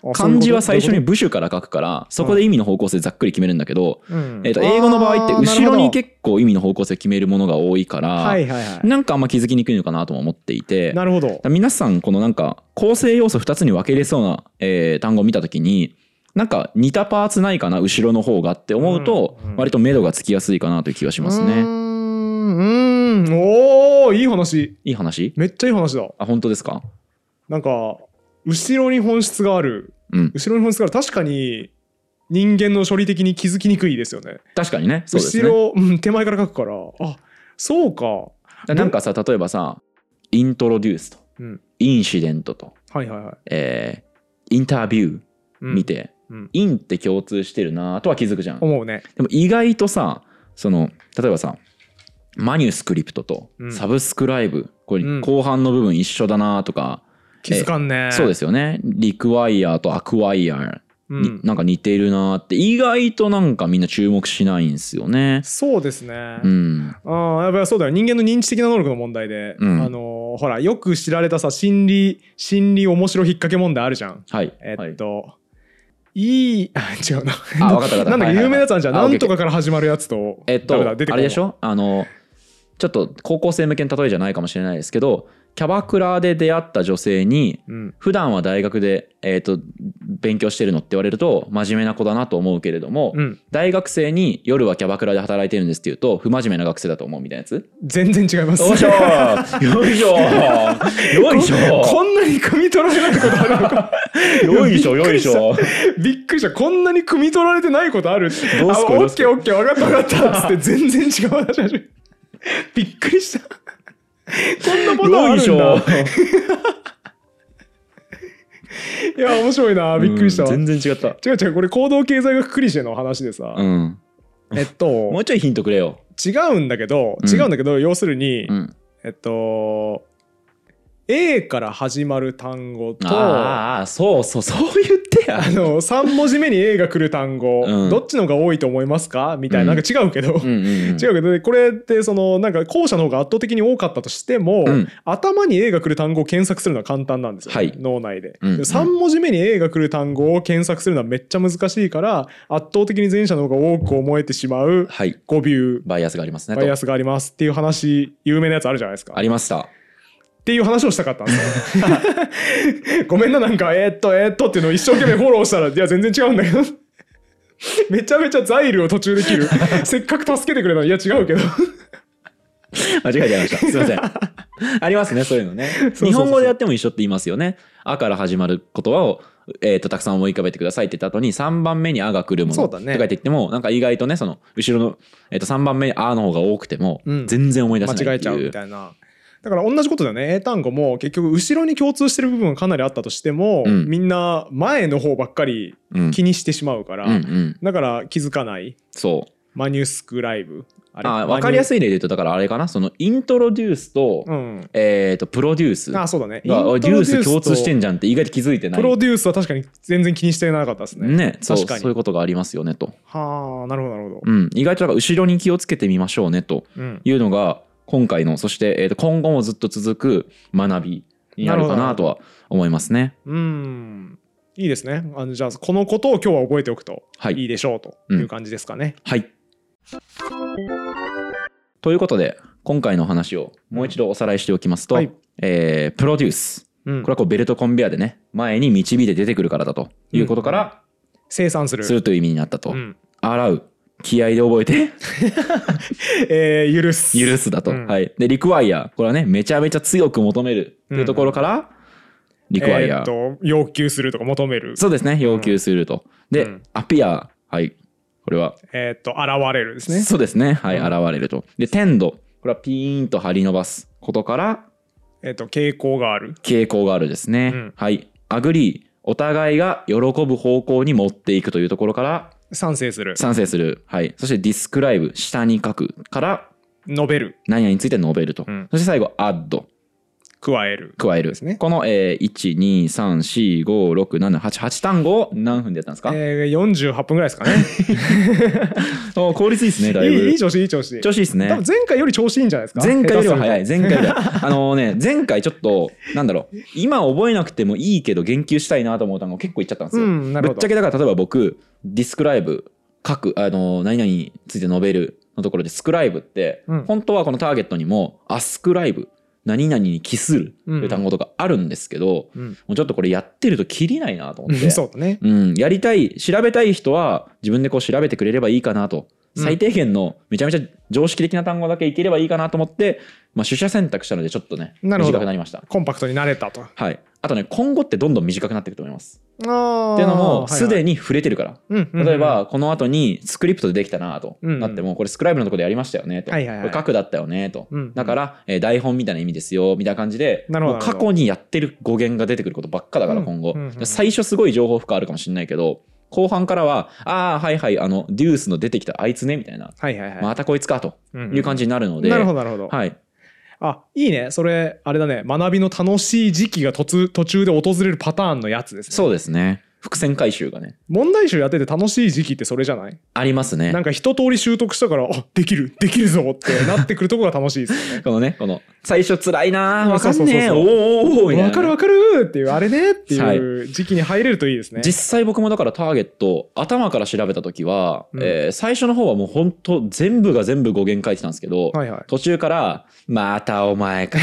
[SPEAKER 2] あそういう
[SPEAKER 1] 漢
[SPEAKER 2] こと
[SPEAKER 1] 字は最初に
[SPEAKER 2] ど
[SPEAKER 1] 部首から書くからそこで意味の方向性ざっくり決めるんだけど、
[SPEAKER 2] ういうことうん
[SPEAKER 1] えー、と英語の場合って
[SPEAKER 2] あーなるほ
[SPEAKER 1] 後
[SPEAKER 2] ど
[SPEAKER 1] ろに結構意味の方向性決めるものが多いから、
[SPEAKER 2] はいはいはい
[SPEAKER 1] なんかあんま気づきにくいのかなとも思っていて
[SPEAKER 2] なるほど
[SPEAKER 1] だから皆さんこのなんか構成要素2つに分けれそうな、えー単語を見た時になんか似たパーツないかな後ろの方がって思うと
[SPEAKER 2] うんうん
[SPEAKER 1] 割と目処がつきやすいかなという気がします
[SPEAKER 2] うー
[SPEAKER 1] ね。
[SPEAKER 2] んうーんおーいい話
[SPEAKER 1] いい話
[SPEAKER 2] めっちゃいい話だ
[SPEAKER 1] あ本当ですか
[SPEAKER 2] なんか後ろに本質がある
[SPEAKER 1] うん
[SPEAKER 2] 後ろに本質がある確かに人間の処理的に気づきにくいですよね
[SPEAKER 1] 確かにねそうです
[SPEAKER 2] 後
[SPEAKER 1] ね。
[SPEAKER 2] ろ、うん、手前から書くからあそうかは
[SPEAKER 1] だからなんかさ例えばさイントロデュースと、
[SPEAKER 2] うん
[SPEAKER 1] インシデントと、
[SPEAKER 2] いはいはい、
[SPEAKER 1] えーインタビュー
[SPEAKER 2] うん
[SPEAKER 1] 見、て、
[SPEAKER 2] うん
[SPEAKER 1] インって共通してるなとは気づくじゃん。
[SPEAKER 2] 思うね
[SPEAKER 1] でも意外とさその例えばさマニュスクリプトと
[SPEAKER 2] うん
[SPEAKER 1] サブスクライブ、これ
[SPEAKER 2] うん
[SPEAKER 1] 後半の部分一緒だなとか、
[SPEAKER 2] 気づかんね
[SPEAKER 1] そうですすよねリクワイアとアクワイア
[SPEAKER 2] う
[SPEAKER 1] に
[SPEAKER 2] ん、
[SPEAKER 1] なんか似てるなーって意外となんかみんな注目しないんですよね。
[SPEAKER 2] そうですね、
[SPEAKER 1] うん、
[SPEAKER 2] ああやっぱりそうだよ人間の認知的な能力の問題で、
[SPEAKER 1] うん
[SPEAKER 2] あのーほらよく知られたさ心理心理面白引っ掛け問題あるじゃん
[SPEAKER 1] はい。
[SPEAKER 2] え
[SPEAKER 1] は
[SPEAKER 2] っ
[SPEAKER 1] い、
[SPEAKER 2] と、い、い あ違うな
[SPEAKER 1] あわかったわかった
[SPEAKER 2] なんだっ
[SPEAKER 1] はいはいは
[SPEAKER 2] け
[SPEAKER 1] い
[SPEAKER 2] 有名なやつあるじゃん、
[SPEAKER 1] あオッケー
[SPEAKER 2] なんとかから始まるやつと
[SPEAKER 1] えっ
[SPEAKER 2] ダメ
[SPEAKER 1] と、
[SPEAKER 2] だ出てこ
[SPEAKER 1] あ
[SPEAKER 2] ない
[SPEAKER 1] れでしょあの、ちょっと高校生向けの例えじゃないかもしれないですけど、キャバクラで出会った女性に、
[SPEAKER 2] うん
[SPEAKER 1] 普段は大学で、えっと勉強してるのって言われると真面目な子だなと思うけれども、
[SPEAKER 2] うん
[SPEAKER 1] 大学生に夜はキャバクラで働いてるんですって言うと不真面目な学生だと思うみたいなやつ
[SPEAKER 2] 全然違います
[SPEAKER 1] よいしょ よいしょよいしょ
[SPEAKER 2] こんなに汲み取られないことあるのか
[SPEAKER 1] よいしょよいしょ
[SPEAKER 2] びっくりしたこんなに汲み取られてないことあるどうす
[SPEAKER 1] どうすこい
[SPEAKER 2] オ
[SPEAKER 1] どう
[SPEAKER 2] ッ
[SPEAKER 1] す
[SPEAKER 2] ケーオッケー分かった分かったっつ って全然違う話始めるびっくりしたこんなパターンあ
[SPEAKER 1] よいし
[SPEAKER 2] るん
[SPEAKER 1] ょ
[SPEAKER 2] だいや面白 いなびっくりしたわ、
[SPEAKER 1] うん全然違った
[SPEAKER 2] 違う違うこれ行動経済学クリシェの話でさ、
[SPEAKER 1] うん
[SPEAKER 2] えっ
[SPEAKER 1] も
[SPEAKER 2] と
[SPEAKER 1] うちょいヒントくれよ、
[SPEAKER 2] 違うんだけど
[SPEAKER 1] うん
[SPEAKER 2] 違うんだけど、要するに、
[SPEAKER 1] うん、
[SPEAKER 2] えっと A から始まる単語とあ
[SPEAKER 1] ああそうそうそう言ってや
[SPEAKER 2] の3文字目に A が来る単語、
[SPEAKER 1] うん
[SPEAKER 2] どっちのが多いと思いますかみたいな、
[SPEAKER 1] うん
[SPEAKER 2] なんか違うけど、
[SPEAKER 1] うんうんうん、
[SPEAKER 2] 違うけどでこれってそのなんか後者の方が圧倒的に多かったとしても、
[SPEAKER 1] うん
[SPEAKER 2] 頭に A が来る単語を検索するのは簡単なんですよ、
[SPEAKER 1] はい
[SPEAKER 2] 脳内で、
[SPEAKER 1] うんうん
[SPEAKER 2] 3文字目に A が来る単語を検索するのはめっちゃ難しいから圧倒的に前者の方が多く思えてしまう
[SPEAKER 1] はい
[SPEAKER 2] 語尾
[SPEAKER 1] バイアスがありますね
[SPEAKER 2] バイア
[SPEAKER 1] ス
[SPEAKER 2] スがありますっていう話有名なやつあるじゃないですか
[SPEAKER 1] ありました
[SPEAKER 2] っていう話をしたかったんですよごめんななんかえーっとえーっとっていうのを一生懸命フォローしたらいや全然違うんだけどめちゃめちゃザイルを途中 で切るせっかく助けてくれたのにいや違うけど
[SPEAKER 1] 間違えち ゃいました。すいません。ありますね、そういうのね。
[SPEAKER 2] そうそう
[SPEAKER 1] 日本語でやっても一緒って言いますよね。あから始まる言葉を、えー、とたくさん思い浮かべてくださいって言った後に3番目にあが来るも
[SPEAKER 2] そ
[SPEAKER 1] の
[SPEAKER 2] うだ
[SPEAKER 1] とか
[SPEAKER 2] ね
[SPEAKER 1] 言って言っても、なんか意外とね、その後ろの、えー、と3番目にあの方が多くても、
[SPEAKER 2] うん
[SPEAKER 1] 全然思い出せない
[SPEAKER 2] 間違え
[SPEAKER 1] って
[SPEAKER 2] ちゃう
[SPEAKER 1] いう。
[SPEAKER 2] みたいなだから同じことだよね英単語も結局後ろに共通してる部分がかなりあったとしても、
[SPEAKER 1] うん
[SPEAKER 2] みんな前の方ばっかり
[SPEAKER 1] うん
[SPEAKER 2] 気にしてしまうから、
[SPEAKER 1] うんうん、
[SPEAKER 2] だから気づかない
[SPEAKER 1] そう
[SPEAKER 2] マニュスクライブあ
[SPEAKER 1] あ分かりやすい例で言うとだからあれかなそのイントロデュースと,、
[SPEAKER 2] うん
[SPEAKER 1] えー、とプロデュース
[SPEAKER 2] あ
[SPEAKER 1] が
[SPEAKER 2] そうだね
[SPEAKER 1] デュース共通して
[SPEAKER 2] ん
[SPEAKER 1] んじゃんって意外と気づいてない
[SPEAKER 2] プロデュースは確かに全然気にしてなかったですね
[SPEAKER 1] ねそう
[SPEAKER 2] 確かに
[SPEAKER 1] そういうことがありますよねと、
[SPEAKER 2] はあなるほどなるほど、
[SPEAKER 1] うん、意外とだから後ろに気をつけてみましょうねと
[SPEAKER 2] うん
[SPEAKER 1] いうのが今回のそして、えーと今後もずっと続く学びになるかなとは思いますね。
[SPEAKER 2] うんいいですねあのじゃあこのことを今日は覚えておくと
[SPEAKER 1] はい
[SPEAKER 2] いいでしょうという感じですかね、
[SPEAKER 1] はい、ということで今回の話をもう一度おさらいしておきますと、
[SPEAKER 2] はい
[SPEAKER 1] えープロデュース
[SPEAKER 2] うん
[SPEAKER 1] これはこうベルトコンベアでね前に導いて出てくるからだということから
[SPEAKER 2] 生産する
[SPEAKER 1] するという意味になったと、
[SPEAKER 2] うん
[SPEAKER 1] 洗う気合で覚え て
[SPEAKER 2] えー許す
[SPEAKER 1] 許すだと、
[SPEAKER 2] うん
[SPEAKER 1] はい、でリクワイアこれはねめちゃめちゃ強く求めるというところから、リクワイ
[SPEAKER 2] えー
[SPEAKER 1] ア
[SPEAKER 2] っ、と要求するとか求める
[SPEAKER 1] そうですね要求すると、で、
[SPEAKER 2] うん
[SPEAKER 1] アピアはいこれは、
[SPEAKER 2] えーっと現れるですね
[SPEAKER 1] そうですねはい、
[SPEAKER 2] うん
[SPEAKER 1] 現れるとでテンドこれはピーンと張り伸ばすことから
[SPEAKER 2] えーっと傾向がある
[SPEAKER 1] 傾向があるですね、
[SPEAKER 2] うん
[SPEAKER 1] はいアグリーお互いが喜ぶ方向に持っていくというところから
[SPEAKER 2] 賛成する
[SPEAKER 1] 賛成するはいそしてディスクライブ下に書くから
[SPEAKER 2] 述べる
[SPEAKER 1] 何々について述べると、
[SPEAKER 2] うん
[SPEAKER 1] そして最後アッド
[SPEAKER 2] 加える
[SPEAKER 1] 加える
[SPEAKER 2] ですね
[SPEAKER 1] この、えー、123456788単語を何分でやったんですか、
[SPEAKER 2] えー、48分ぐらいですかね
[SPEAKER 1] お効率いいですね だ
[SPEAKER 2] い
[SPEAKER 1] いぶ
[SPEAKER 2] いいい調子いい調子
[SPEAKER 1] 調子いいですね
[SPEAKER 2] 多分前回より調子いいんじゃないですか
[SPEAKER 1] 前回よりは早い
[SPEAKER 2] 下手す
[SPEAKER 1] 前回 よりはあのね前回ちょっとなんだろう今覚えなくてもいいけど言及したいなと思う単語結構言っちゃったんですよ、
[SPEAKER 2] うんなる
[SPEAKER 1] ぶ
[SPEAKER 2] ほど
[SPEAKER 1] っちゃけだから例えば僕ディスクライブ書くあの何々について述べるのところでスクライブって、
[SPEAKER 2] うん
[SPEAKER 1] 本当はこのターゲットにもアスクライブ何々に帰すると
[SPEAKER 2] うん
[SPEAKER 1] いう単語とかあるんですけど、も
[SPEAKER 2] ると
[SPEAKER 1] うちょっとこれやってるとキリないなと思っ
[SPEAKER 2] う
[SPEAKER 1] て
[SPEAKER 2] ん、 そうだね
[SPEAKER 1] うん、やりたい調べたい人は自分でこう調べてくれればいいかなと
[SPEAKER 2] うん
[SPEAKER 1] 最低限のめちゃめちゃ常識的な単語だけいければいいかなと思って、まあ、取捨選択したのでちょっとね
[SPEAKER 2] なるほど
[SPEAKER 1] 短くなりました
[SPEAKER 2] コンパクトになれたと
[SPEAKER 1] はいあとね今後ってどんどん短くなっていくと思います
[SPEAKER 2] あ
[SPEAKER 1] っていうのもすでに触れてるから、
[SPEAKER 2] に
[SPEAKER 1] 例えばこの後にスクリプトでできたなと
[SPEAKER 2] うんうん
[SPEAKER 1] なってもこれスクライブのところでやりましたよねと、
[SPEAKER 2] はいはいはい
[SPEAKER 1] これ書くだったよねと、
[SPEAKER 2] うんうん
[SPEAKER 1] だから、えー台本みたいな意味ですよみたいな感じで
[SPEAKER 2] なるほど
[SPEAKER 1] もう過去にやってる語源が出てくることばっかだから
[SPEAKER 2] うん
[SPEAKER 1] 今後、
[SPEAKER 2] うんうんうん
[SPEAKER 1] 最初すごい情報負荷あるかもしれないけど後半からはああはいはいあのデュースの出てきたあいつねみたいな、
[SPEAKER 2] はいはいはい、
[SPEAKER 1] またこいつかという感じになるので、
[SPEAKER 2] なるほどなるほど、
[SPEAKER 1] はい、
[SPEAKER 2] あいいねそれあれだね学びの楽しい時期が途中途中で訪れるパターンのやつですね
[SPEAKER 1] そうですね伏線回収がね
[SPEAKER 2] 問題集やってて楽しい時期ってそれじゃない
[SPEAKER 1] ありますね
[SPEAKER 2] なんか一通り習得したから、あ、できる、できるぞってなってくるとこが楽しいです よね。
[SPEAKER 1] このねこの最初辛いなーわかんねえ
[SPEAKER 2] そ
[SPEAKER 1] お
[SPEAKER 2] う
[SPEAKER 1] ー
[SPEAKER 2] そうそう
[SPEAKER 1] おーおーみたいな
[SPEAKER 2] わかるわかるっていう、あれねっていう時期に入れるといいですね。
[SPEAKER 1] 実際僕もだからターゲット頭から調べた時は、
[SPEAKER 2] うん
[SPEAKER 1] えー最初の方はもう本当全部が全部語源書いてたんですけど、
[SPEAKER 2] はいはい。
[SPEAKER 1] 途中から「またお前か」。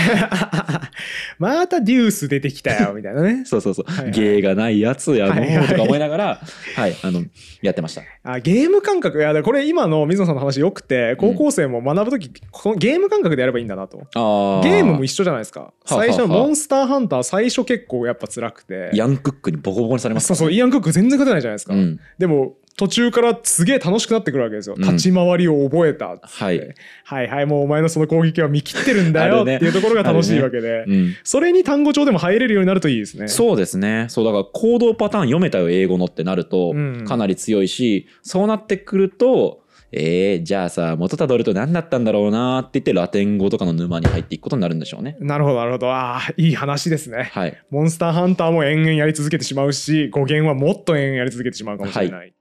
[SPEAKER 2] またデュース出てきたよ、みたいなね
[SPEAKER 1] そうそうそう、
[SPEAKER 2] はいはい
[SPEAKER 1] 芸がないやつやの
[SPEAKER 2] はいはい
[SPEAKER 1] ーとか思いながら、はい、あの、やってました。
[SPEAKER 2] あゲーム感覚、いや、だからこれ今の水野さんの話よくて、高校生も学ぶとき、このゲーム感覚でやればいいんだなと。
[SPEAKER 1] あ
[SPEAKER 2] ゲームも
[SPEAKER 1] 一
[SPEAKER 2] 一緒じゃないですか。
[SPEAKER 1] あはあ
[SPEAKER 2] 最初のモンスターハンター、最初結構やっぱ辛くて。
[SPEAKER 1] ヤンクックにボコボコにされます
[SPEAKER 2] そ
[SPEAKER 1] か
[SPEAKER 2] うそう、イアン・クック全然勝てないじゃないですか。
[SPEAKER 1] ら。うん。
[SPEAKER 2] でも途中からすげえ楽しくなってくるわけですよ。
[SPEAKER 1] うん
[SPEAKER 2] 立ち回りを覚えたっつって、
[SPEAKER 1] はい
[SPEAKER 2] はいはいもうお前のその攻撃は見切ってるんだ
[SPEAKER 1] あ
[SPEAKER 2] よ
[SPEAKER 1] る
[SPEAKER 2] って
[SPEAKER 1] ね
[SPEAKER 2] いうところが楽しいわけで、
[SPEAKER 1] うん
[SPEAKER 2] それに単語帳でも入れるようになるといいですね。
[SPEAKER 1] そうですね。そう、だから行動パターン読めたよ、英語のってなると
[SPEAKER 2] うん、
[SPEAKER 1] かなり強いし、そうなってくると、えー、じゃあさ、元たどると何だったんだろうなって言って、ラテン語とかの沼に入っていくことになるんでしょうね。
[SPEAKER 2] なるほどなるほどああいい話ですね。
[SPEAKER 1] はい。
[SPEAKER 2] モンスターハンターも延々やり続けてしまうし語源はもっと延々やり続けてしまうかもしれない。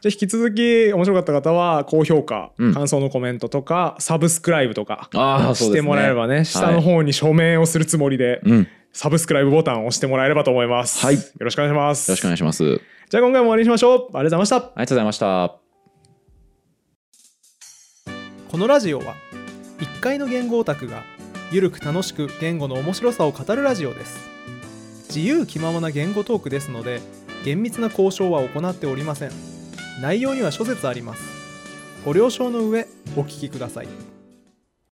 [SPEAKER 2] じゃあ引き続き面白かった方は高評価、
[SPEAKER 1] うん
[SPEAKER 2] 感想のコメントとかサブスクライブとか
[SPEAKER 1] ああ、そうですね。
[SPEAKER 2] してもらえればね下の方に署名をするつもりで
[SPEAKER 1] うん。よ
[SPEAKER 2] サブスクライブボタンを押してもらえればと思います。
[SPEAKER 1] はい
[SPEAKER 2] よろしくお願いします。
[SPEAKER 1] ろしくお願いします。あり
[SPEAKER 2] じゃあ今回も終わりにしましょう。ありがとうございました。
[SPEAKER 1] がとうございました。
[SPEAKER 2] このラジオは1階の言語オタクがゆるく楽しく言語の面白さを語るラジオです自由気ままな言語トークですので厳密な交渉は行っておりません内容には諸説ありますご了承の上お聞きください